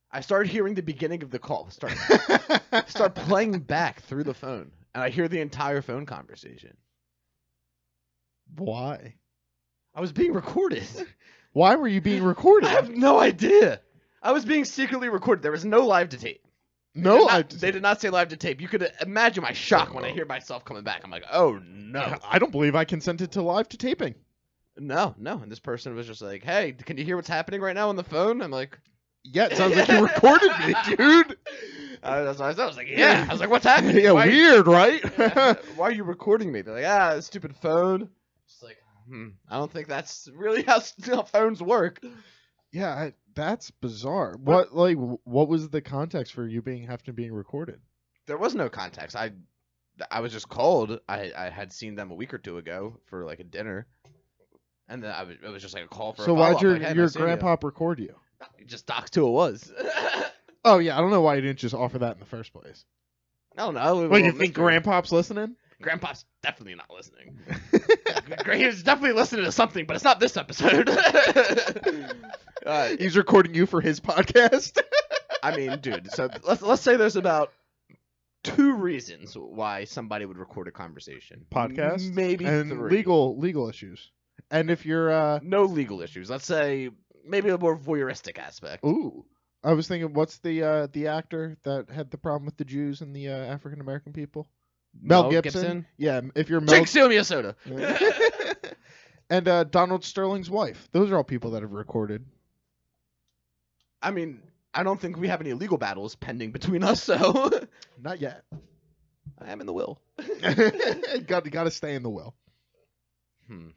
S2: I started hearing the beginning of the call start start playing back through the phone, and I hear the entire phone conversation.
S1: Why?
S2: I was being recorded.
S1: Why were you being recorded?
S2: I have no idea. I was being secretly recorded. There was no live to tape.
S1: No
S2: They did not-
S1: live to
S2: They did not say live to tape. You could imagine my shock when I hear myself coming back. I'm like, oh no,
S1: I don't believe I consented to live to taping.
S2: no, no. And this person was just like, hey, can you hear what's happening right now on the phone? I'm like,
S1: yeah, it sounds like you recorded me, dude.
S2: Uh, that's what I said. I was like, yeah. I was like, what's happening?
S1: Yeah,
S2: Why-
S1: weird, right?
S2: Why are you recording me? They're like, ah, stupid phone. It's like, hmm, I don't think that's really how, s- how phones work.
S1: yeah, I, that's bizarre. What like w- what was the context for you being having being recorded?
S2: there was no context. I I was just called. I I had seen them a week or two ago for like a dinner, and then I was it was just like a call for.
S1: So
S2: a
S1: why'd
S2: follow-up,
S1: your
S2: like, "Hey,
S1: your
S2: nice seeing you."
S1: grandpa record you?
S2: It just docs who it was?
S1: Oh yeah, I don't know why you didn't just offer that in the first place.
S2: I don't know.
S1: Well, you think grandpop's listening?
S2: Grandpa's definitely not listening. Gra- He's definitely listening to something, but it's not this episode. Uh,
S1: He's recording you for his podcast.
S2: I mean, dude. So let's let's say there's about two reasons why somebody would record a conversation.
S1: podcast,
S2: maybe
S1: and
S2: three.
S1: legal legal issues. And if you're uh
S2: no legal issues. Let's say maybe a more voyeuristic aspect.
S1: ooh, I was thinking, what's the uh the actor that had the problem with the Jews and the uh, African American people? Mel,
S2: Mel
S1: Gibson?
S2: Gibson?
S1: Yeah, m- if you're Mel.
S2: Jake, seal me a soda.
S1: and uh, Donald Sterling's wife. Those are all people that have recorded.
S2: I mean, I don't think we have any legal battles pending between us, so
S1: Not yet.
S2: I am in the will.
S1: got got to stay in the will.
S2: Hmm.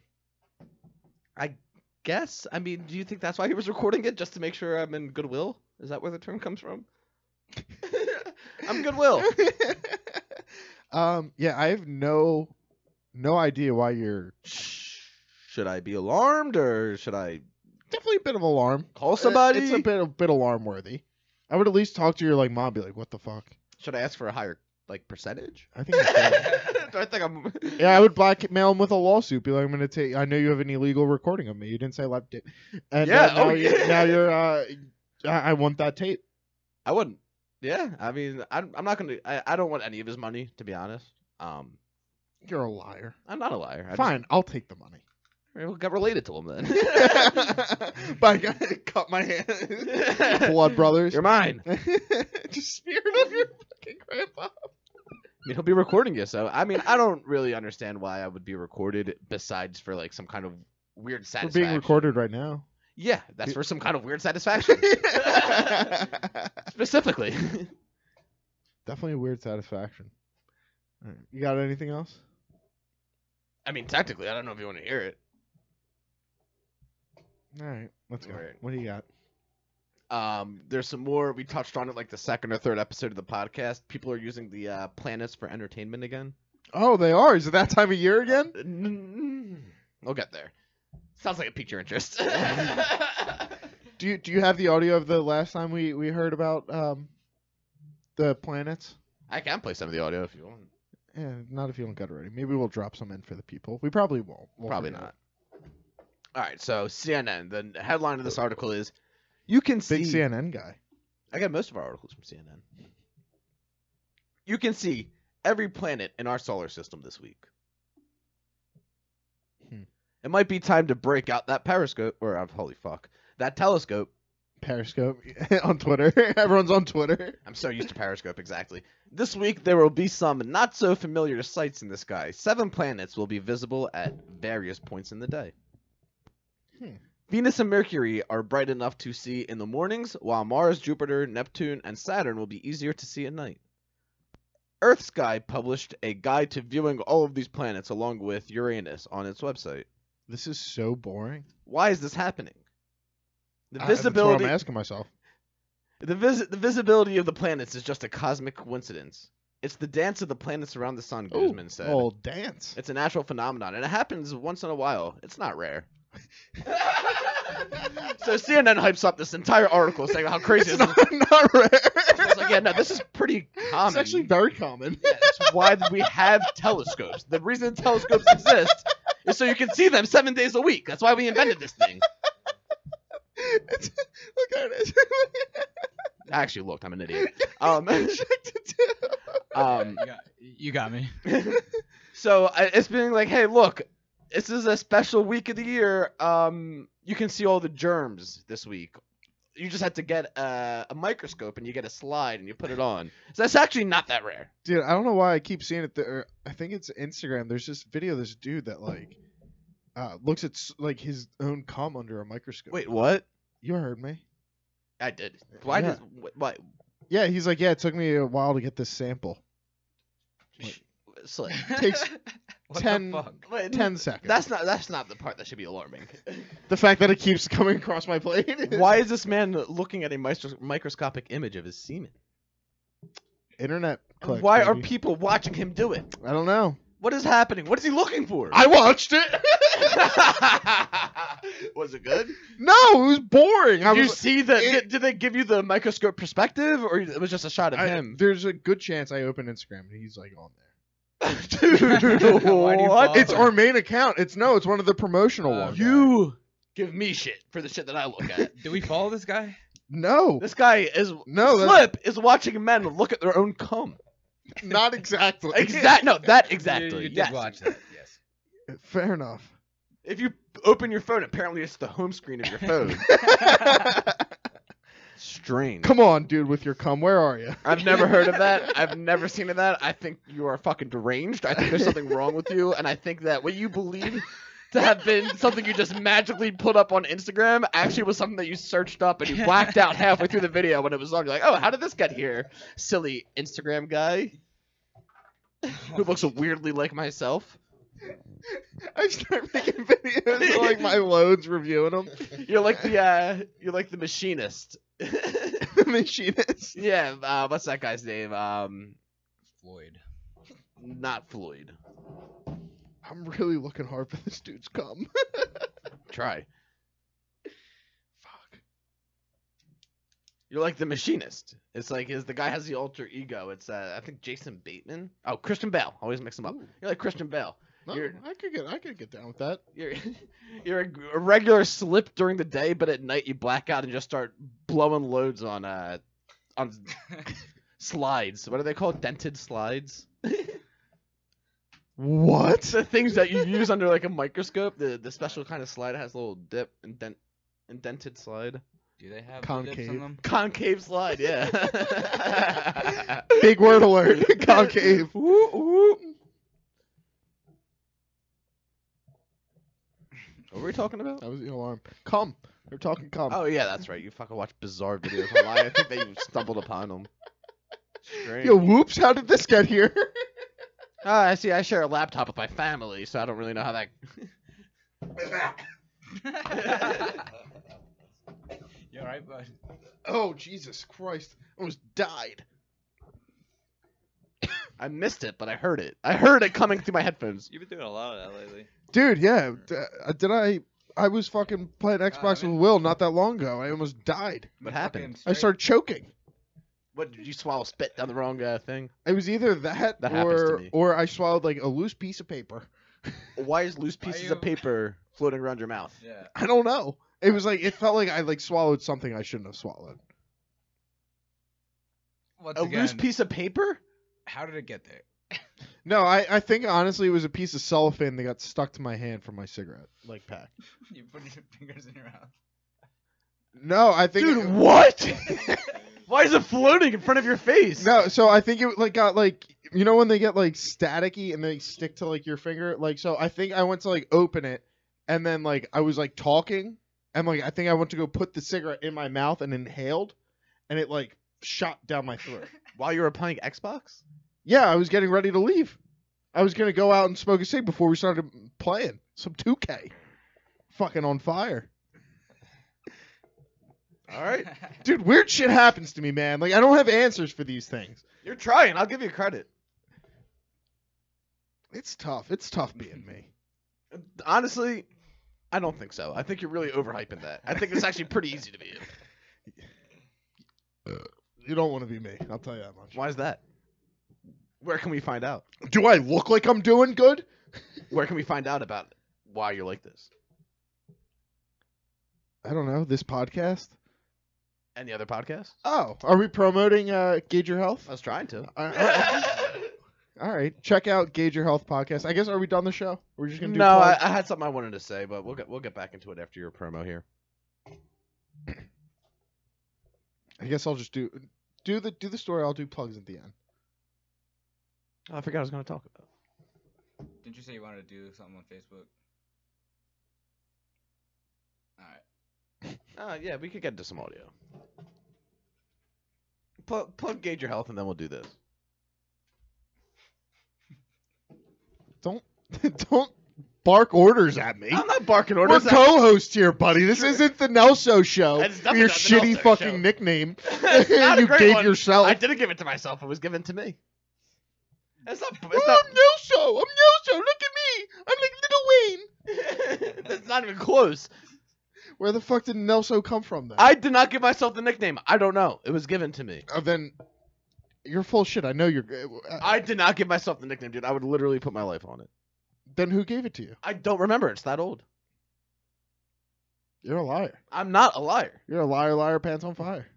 S2: I guess. I mean, do you think that's why he was recording it just to make sure I'm in goodwill? Is that where the term comes from? I'm goodwill.
S1: Um, yeah, I have no no idea why you're
S2: should I be alarmed or should I?
S1: definitely a bit of alarm.
S2: Call
S1: Uh,
S2: somebody?
S1: It's a bit a bit alarm worthy. I would at least talk to your like mom, be like, what the fuck?
S2: Should I ask for a higher like percentage?
S1: I think. It's bad.
S2: do I think I'm?
S1: yeah, I would blackmail him with a lawsuit. Be like, I'm gonna take. I know you have an illegal recording of me. You didn't say left it. And uh,
S2: Yeah,
S1: now,
S2: oh,
S1: you,
S2: yeah.
S1: now you're. Uh, I, I want that tape.
S2: I wouldn't. Yeah, I mean, I'm, I'm not gonna. I, I don't want any of his money, to be honest. Um,
S1: You're a liar.
S2: I'm not a liar. I just-
S1: Fine, I'll take the money.
S2: We'll get related to him then.
S1: By cut my hand. Blood brothers.
S2: You're mine. I
S1: Just smear it on your fucking grandpa.
S2: mean, he'll be recording you, so I mean, I don't really understand why I would be recorded besides for like some kind of weird
S1: We're
S2: satisfaction.
S1: being recorded right now.
S2: Yeah, that's for some kind of weird satisfaction. Specifically.
S1: Definitely a weird satisfaction. All right. You got anything else?
S2: I mean, technically, I don't know if you want to hear it.
S1: All right, let's go.
S2: All right.
S1: What do you got?
S2: Um, there's some more. We touched on it like the second or third episode of the podcast. People are using the uh, planets for entertainment again.
S1: Oh, they are. Is it that time of year again?
S2: We'll get there. Sounds like a piqued your interest.
S1: Do you do you have the audio of the last time we we heard about um the planets?
S2: I can play some of the audio if you want.
S1: Yeah, not if you don't got it ready. Maybe we'll drop some in for the people. We probably won't. We'll
S2: Probably
S1: forget.
S2: not. All right, so CNN. The headline of this article is You can see.
S1: Big CNN guy.
S2: I got most of our articles from CNN. You can see every planet in our solar system this week.
S1: Hmm.
S2: It might be time to break out that periscope, or uh, holy fuck, that telescope.
S1: Periscope on Twitter. Everyone's on Twitter.
S2: I'm so used to Periscope, exactly. This week, there will be some not so familiar sights in the sky. Seven planets will be visible at various points in the day.
S1: Hmm.
S2: Venus and Mercury are bright enough to see in the mornings, while Mars, Jupiter, Neptune, and Saturn will be easier to see at night. Earth Sky published a guide to viewing all of these planets along with Uranus on its website.
S1: This is so boring.
S2: Why is this happening? The
S1: I- that's
S2: visibility
S1: what I'm asking myself.
S2: The vis- the visibility of the planets is just a cosmic coincidence. It's the dance of the planets around the sun,
S1: Ooh,
S2: Guzman said.
S1: oh, dance.
S2: It's a natural phenomenon, and it happens once in a while. It's not rare. so CNN hypes up this entire article saying how crazy it's not, not rare. It's like, yeah, no, this is pretty common. It's actually
S1: very common.
S2: That's why we have telescopes. The reason telescopes exist is so you can see them seven days a week. That's why we invented this thing.
S1: Look how it is.
S2: I actually looked. I'm an idiot. Um, um,
S10: You got me.
S2: so I- it's being like, hey, look, this is a special week of the year. Um, you can see all the germs this week. You just have to get a, a microscope and you get a slide and you put it on. So that's actually not that rare.
S1: Dude, I don't know why I keep seeing it there. I think it's Instagram. There's this video of this dude that like uh, looks at s- like his own cum under a microscope.
S2: Wait, what?
S1: You heard me.
S2: I did. Why
S1: Yeah.
S2: does why?
S1: Yeah, he's like, yeah, it took me a while to get this sample.
S2: It's like,
S1: Takes
S2: What the
S1: 10
S2: fuck? Wait,
S1: 10 seconds.
S2: That's not that's not the part that should be alarming.
S1: The fact that it keeps coming across my plate.
S2: Why is this man looking at a micros- microscopic image of his semen?
S1: Internet.
S2: And
S1: Click,
S2: why are
S1: baby.
S2: people watching him do it?
S1: I don't know.
S2: What is happening? What is he looking for?
S1: I watched it.
S2: was it good?
S1: No, it was boring. I
S2: Did you
S1: was-
S2: see the? did, did they give you the microscope perspective, or it was just a shot of
S1: I-
S2: him?
S1: There's a good chance I open Instagram and he's like on
S2: Dude, what?
S1: It's our main account. It's no, it's one of the promotional ones.
S2: You give me shit for the shit that I look at.
S10: Do we follow this guy?
S1: No.
S2: This guy is
S1: No, that's-
S2: Slip is watching men look at their own cum.
S1: Not exactly.
S2: Exact. No, that exactly.
S10: you did
S2: yes.
S10: watch that. Yes.
S1: Fair enough.
S2: If you open your phone, apparently it's the home screen of your phone. Strange.
S1: Come on, dude, with your cum. Where are you?
S2: I've never heard of that. I've never seen of that. I think you are fucking deranged. I think there's something wrong with you, and I think that what you believe to have been something you just magically put up on Instagram actually was something that you searched up and you whacked out halfway through the video when it was on. You're like, oh, how did this get here? Silly Instagram guy who looks weirdly like myself.
S1: I start making videos of, like my loads, reviewing them.
S2: You're like the uh, you're like the machinist.
S1: the machinist.
S2: Yeah. Uh, what's that guy's name? Um,
S10: Floyd.
S2: Not Floyd.
S1: I'm really looking hard for this dude's cum.
S2: Try. Fuck. You're like the machinist. It's like is the guy has the alter ego. It's uh, I think Jason Bateman. Oh, Christian Bale. Always mix him up. You're like Christian Bale.
S1: No,
S2: You're
S1: I could get I could get down with that.
S2: you're you're a, a regular slip during the day, but at night you black out and just start blowing loads on uh on slides. What are they called? Dented slides.
S1: What?
S2: The things that you use under like a microscope. The the special kind of slide has a little dip indent indented slide.
S10: Do they have the dips on
S1: Concave.
S10: them?
S2: Concave slide, yeah.
S1: Big word alert. Concave.
S2: Woo, woo. What were we talking about?
S1: That was the alarm. Cum. We're talking cum.
S2: Oh yeah, that's right. You fucking watch bizarre videos online. I think that you stumbled upon them. Strange.
S1: Yo, whoops! How did this get here?
S2: Ah, I see. I share a laptop with my family, so I don't really know how that.
S10: You all right, bud?
S1: oh Jesus Christ! Almost died.
S2: I missed it, but I heard it. I heard it coming through my headphones.
S13: You've been doing a lot of that lately.
S1: Dude, yeah. d- uh, did I? I was fucking playing Xbox with Will not that long ago. I almost died.
S2: What happened?
S1: I started choking.
S2: What did you swallow? Spit down the wrong uh, thing.
S1: It was either that,
S2: That happens to
S1: or
S2: me.
S1: or I swallowed like a loose piece of paper.
S2: Why is loose pieces of paper floating around your mouth?
S10: Yeah.
S1: I don't know. It was like it felt like I like swallowed something I shouldn't have swallowed.
S10: Once
S2: A loose
S10: again,
S2: piece of paper?
S10: How did it get there?
S1: No, I, I think honestly it was a piece of cellophane that got stuck to my hand from my cigarette like pack.
S10: You put your fingers in your mouth.
S1: No, I think
S2: Dude, what? Why is it floating in front of your face?
S1: No, so I think it like got like you know when they get like staticky and they stick to like your finger like so I think I went to like open it and then like I was like talking and like I think I went to go put the cigarette in my mouth and inhaled and it like shot down my throat.
S2: While you were playing Xbox?
S1: Yeah, I was getting ready to leave. I was gonna go out and smoke a cig before we started playing some 2K. Fucking on fire.
S2: All right.
S1: Dude, weird shit happens to me, man. Like I don't have answers for these things.
S2: You're trying. I'll give you credit.
S1: It's tough. It's tough being me.
S2: Honestly, I don't think so. I think you're really overhyping that. I think it's actually pretty easy to be you.
S1: You don't want to be me. I'll tell you that much.
S2: Why is that? Where can we find out?
S1: Do I look like I'm doing good?
S2: Where can we find out about why you're like this?
S1: I don't know. This podcast.
S2: Any other podcasts?
S1: Oh, are we promoting uh, Gauge Your Health?
S2: I was trying to.
S1: Uh, uh, all right, check out Gauge Your Health podcast. I guess are we done the show? We're just gonna do
S2: no, I,
S1: plugs?
S2: I had something I wanted to say, but we'll get we'll get back into it after your promo here.
S1: I guess I'll just do do the do the story. I'll do plugs at the end.
S2: Oh, I forgot I was going to talk about.
S10: Didn't you say you wanted to do something on Facebook? All right.
S2: Uh, yeah, we could get into some audio. Plug, plug gauge your health, and then we'll do this.
S1: Don't don't bark orders at me.
S2: I'm not barking
S1: We're
S2: orders. I'm-
S1: co-hosts here, buddy. This isn't the Nelso show.
S2: It's definitely
S1: Your
S2: not the
S1: shitty
S2: Nelso
S1: fucking
S2: show.
S1: nickname
S2: It's not a
S1: you
S2: great
S1: gave
S2: one.
S1: yourself.
S2: I didn't give it to myself. It was given to me. It's not. It's
S1: Oh, I'm Nelso. I'm Nelso. Look at me. I'm like Little Wayne.
S2: not. That's not even close.
S1: Where the fuck did Nelso come from then?
S2: I did not give myself the nickname. I don't know. It was given to me.
S1: Uh, then you're full of shit. I know you're. uh,
S2: I did not give myself the nickname, dude. I would literally put my life on it.
S1: Then who gave it to you?
S2: I don't remember. It's that old.
S1: You're a liar.
S2: I'm not a liar.
S1: You're a liar, liar, pants on fire.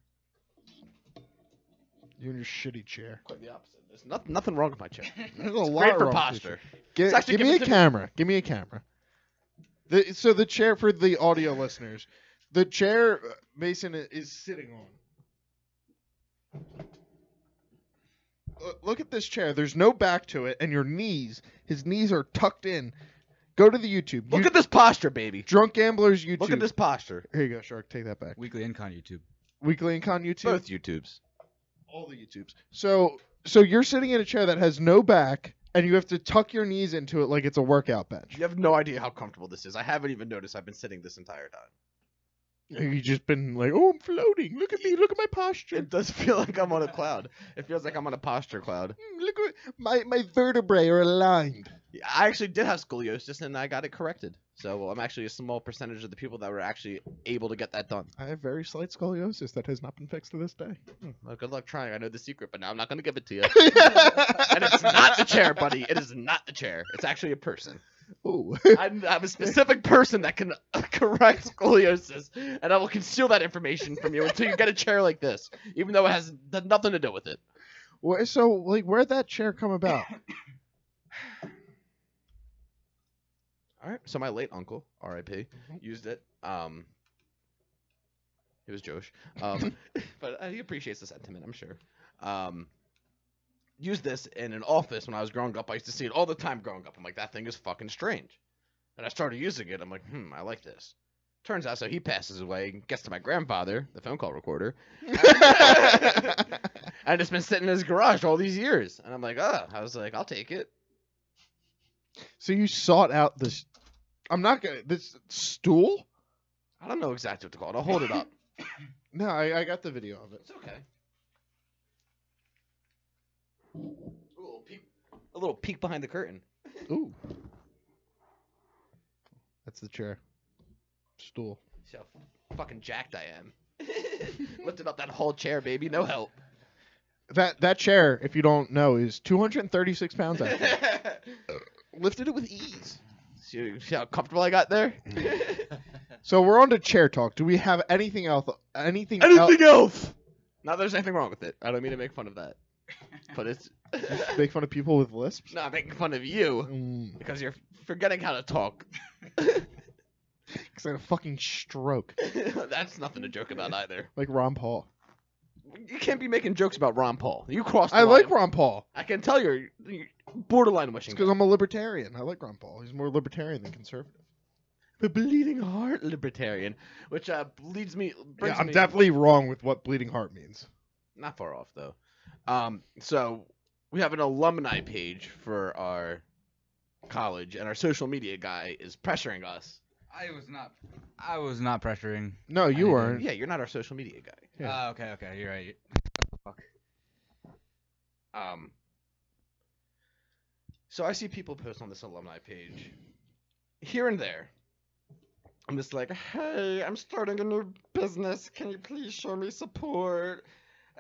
S1: You and your shitty chair.
S2: Quite the opposite. There's nothing, nothing wrong with my chair.
S1: There's a
S2: It's
S1: lot
S2: great for
S1: wrong with
S2: posture.
S1: Gi-
S2: It's actually
S1: give me a
S2: given to me.
S1: camera. Give me a camera. The, so the chair for the audio listeners, the chair uh, Mason i- is sitting on. Lo- Look at this chair. There's no back to it, and your knees. His knees are tucked in. Go to the YouTube.
S2: Look
S1: You-
S2: at this posture, baby.
S1: Drunk Gamblers YouTube.
S2: Look at this posture.
S1: Here you go, Shark. Take that back.
S10: Weekly Incon YouTube.
S1: Weekly Incon YouTube.
S2: Both YouTubes.
S1: All the YouTubes. So, so you're sitting in a chair that has no back, and you have to tuck your knees into it like it's a workout bench.
S2: You have no idea how comfortable this is. I haven't even noticed I've been sitting this entire time.
S1: You just been like, oh, I'm floating. Look at me. Look at my posture.
S2: It does feel like I'm on a cloud. It feels like I'm on a posture cloud.
S1: Mm, Look at my my vertebrae are aligned.
S2: Yeah, I actually did have scoliosis and I got it corrected. So well, I'm actually a small percentage of the people that were actually able to get that done.
S1: I have very slight scoliosis that has not been fixed to this day.
S2: Well, good luck trying. I know the secret, but now I'm not going to give it to you. and it's not the chair, buddy. It is not the chair. It's actually a person.
S1: Ooh.
S2: I'm, I'm a specific person that can correct scoliosis, and I will conceal that information from you until you get a chair like this, even though it has nothing to do with it.
S1: Where, so, like, where'd that chair come about?
S2: All right. So my late uncle, R.I.P., used it. Um, it was Josh, um, but uh, he appreciates the sentiment, I'm sure. Um, used this in an office when I was growing up. I used to see it all the time growing up. I'm like, that thing is fucking strange. And I started using it. I'm like, hmm, I like this. Turns out, so he passes away, and gets to my grandfather, the phone call recorder, and it's been sitting in his garage all these years. And I'm like, oh, I was like, I'll take it.
S1: so you sought out this. I'm not gonna this stool.
S2: I don't know exactly what to call it. I'll hold it up.
S1: No, I, I got the video of it.
S2: It's okay. A little peek, a little peek behind the curtain.
S1: Ooh, that's the chair. Stool.
S2: So fucking jacked I am. Lifted up that whole chair, baby. No help.
S1: That that chair, if you don't know, is 236 pounds. I think.
S2: Lifted it with ease. See, you see how comfortable I got there?
S1: so we're on to chair talk. Do we have anything else? Anything? else?
S2: Anything else? Not that there's anything wrong with it. I don't mean to make fun of that, but it's
S1: Make fun of people with lisps.
S2: not making fun of you
S1: Mm,
S2: because you're forgetting how to talk.
S1: 'cause I had a fucking stroke,
S2: That's nothing to joke about either.
S1: like Ron Paul.
S2: You can't be making jokes about Ron Paul. You crossed. The
S1: I like
S2: line.
S1: Ron Paul.
S2: I can tell you're, you're borderline
S1: It's
S2: wishing.
S1: because I'm a libertarian. I like Ron Paul. He's more libertarian than conservative.
S2: the bleeding heart libertarian, which uh, leads me. Brings
S1: Yeah, I'm
S2: me,
S1: definitely wrong with what bleeding heart means.
S2: not far off though. Um, so we have an alumni page for our college, and our social media guy is pressuring us
S10: I was not. I was not pressuring.
S1: No, you
S10: anything.
S1: weren't.
S2: Yeah, you're not our social media guy.
S10: Oh, okay, okay, you're right. Fuck.
S2: Um, so I see people post on this alumni page here and there. I'm just like, hey, I'm starting a new business. Can you please show me support?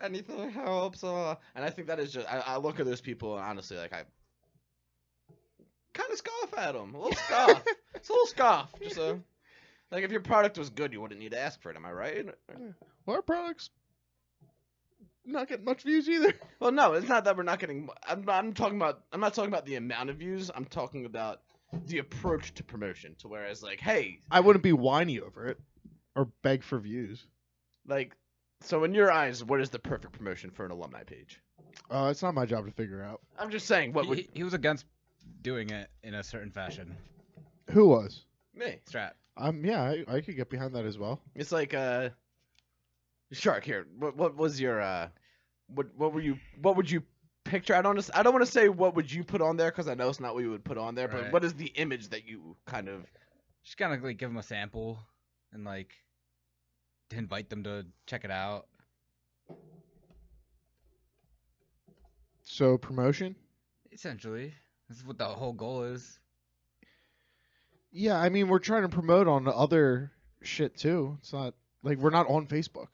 S2: Anything helps. Uh, and I think that is just, I, I look at those people and honestly, like, I kind of scoff at them. A little scoff. it's a little scoff. Just a, like, if your product was good, you wouldn't need to ask for it. Am I right?
S1: Well, our product's not getting much views either.
S2: Well, no, it's not that we're not getting. mu- I'm, I'm talking about. I'm not talking about the amount of views. I'm talking about the approach to promotion. To whereas, like, hey,
S1: I wouldn't be whiny over it or beg for views.
S2: like, so in your eyes, what is the perfect promotion for an alumni page?
S1: Uh, it's not my job to figure out.
S2: I'm just saying what
S10: he,
S2: would
S10: he- he was against doing it in a certain fashion.
S1: Who was?
S2: me.
S10: Strat.
S1: Um, yeah, I, I could get behind that as well.
S2: It's like uh, shark. Here, what what was your uh, what what were you what would you picture? I don't wanna s- I don't want to say what would you put on there because I know it's not what you would put on there. But
S10: Right.
S2: what is the image that you kind of
S10: Just kind of like give them a sample and like to invite them to check it out.
S1: So promotion?
S10: Essentially, this is what the whole goal is.
S1: Yeah, I mean we're trying to promote on the other shit too. It's not like we're not on Facebook.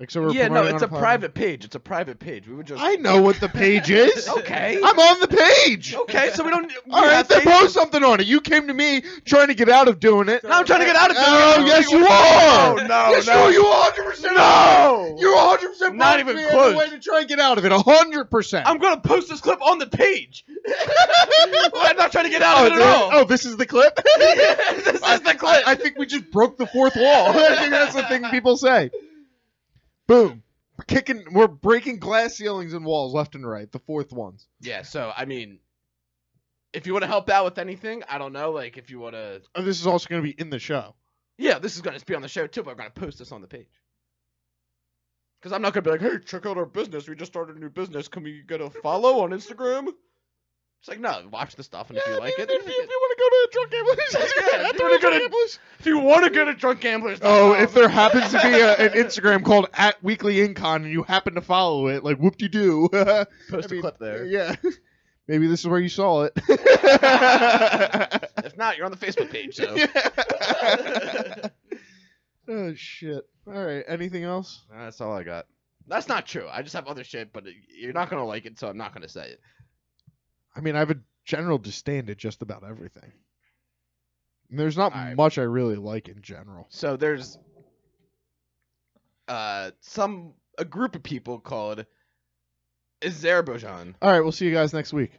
S1: Like so we're
S2: yeah, no,
S1: promoting on
S2: it's a
S1: platform-
S2: private page. It's a private page. We would just.
S1: I know what the page is.
S2: okay.
S1: I'm on the page.
S2: Okay, so we don't. we
S1: All right,
S2: have
S1: then
S2: Facebook.
S1: post something on it. You came to me trying to get out of doing it.
S2: I'm trying to get out of doing
S1: oh,
S2: it. Oh,
S1: yes, you are.
S2: No, no,
S1: yes,
S2: no.
S1: you are 100%.
S2: No!
S1: You're 100%
S2: Not
S1: promised
S2: even
S1: me as a
S2: close.
S1: way to try and get out of it. 100%.
S2: I'm gonna post this clip on the page. I'm not trying to get out
S1: oh,
S2: of it
S1: there-
S2: at all.
S1: oh, this is the clip?
S2: this is the clip.
S1: I think we just broke the fourth wall. I think that's the thing people say. Boom. Kicking, we're breaking glass ceilings and walls left and right. The fourth ones.
S2: yeah. So I mean, if you want to help out with anything, I don't know. Like if you want to,
S1: Oh, this is also going to be in the show.
S2: yeah, this is gonna be on the show too. But I'm gonna post this on the page. Because I'm not gonna be like, hey, check out our business. We just started a new business. Can we get a follow on Instagram? It's like, no, watch the stuff, and if you like it, then you get-
S1: want to go to a drunk
S2: gamblers, Yeah, if you wanna go to- if you want to go to drunk gamblers,
S1: Oh, if there happens to be a, an Instagram called at Weekly Incon and you happen to follow it, like whoop de doo.
S2: post a clip there.
S1: yeah. Maybe this is where you saw it.
S2: if not, you're on the Facebook page. So.
S1: Yeah. oh shit. All right. Anything else?
S2: That's all I got. That's not true. I just have other shit, but it- you're not gonna like it, so I'm not gonna say it.
S1: I mean, I have a general disdain at just about everything. And there's not
S2: All right.
S1: much I really like in general.
S2: So there's uh some a group of people called Azerbaijan.
S1: All right. We'll see you guys next week.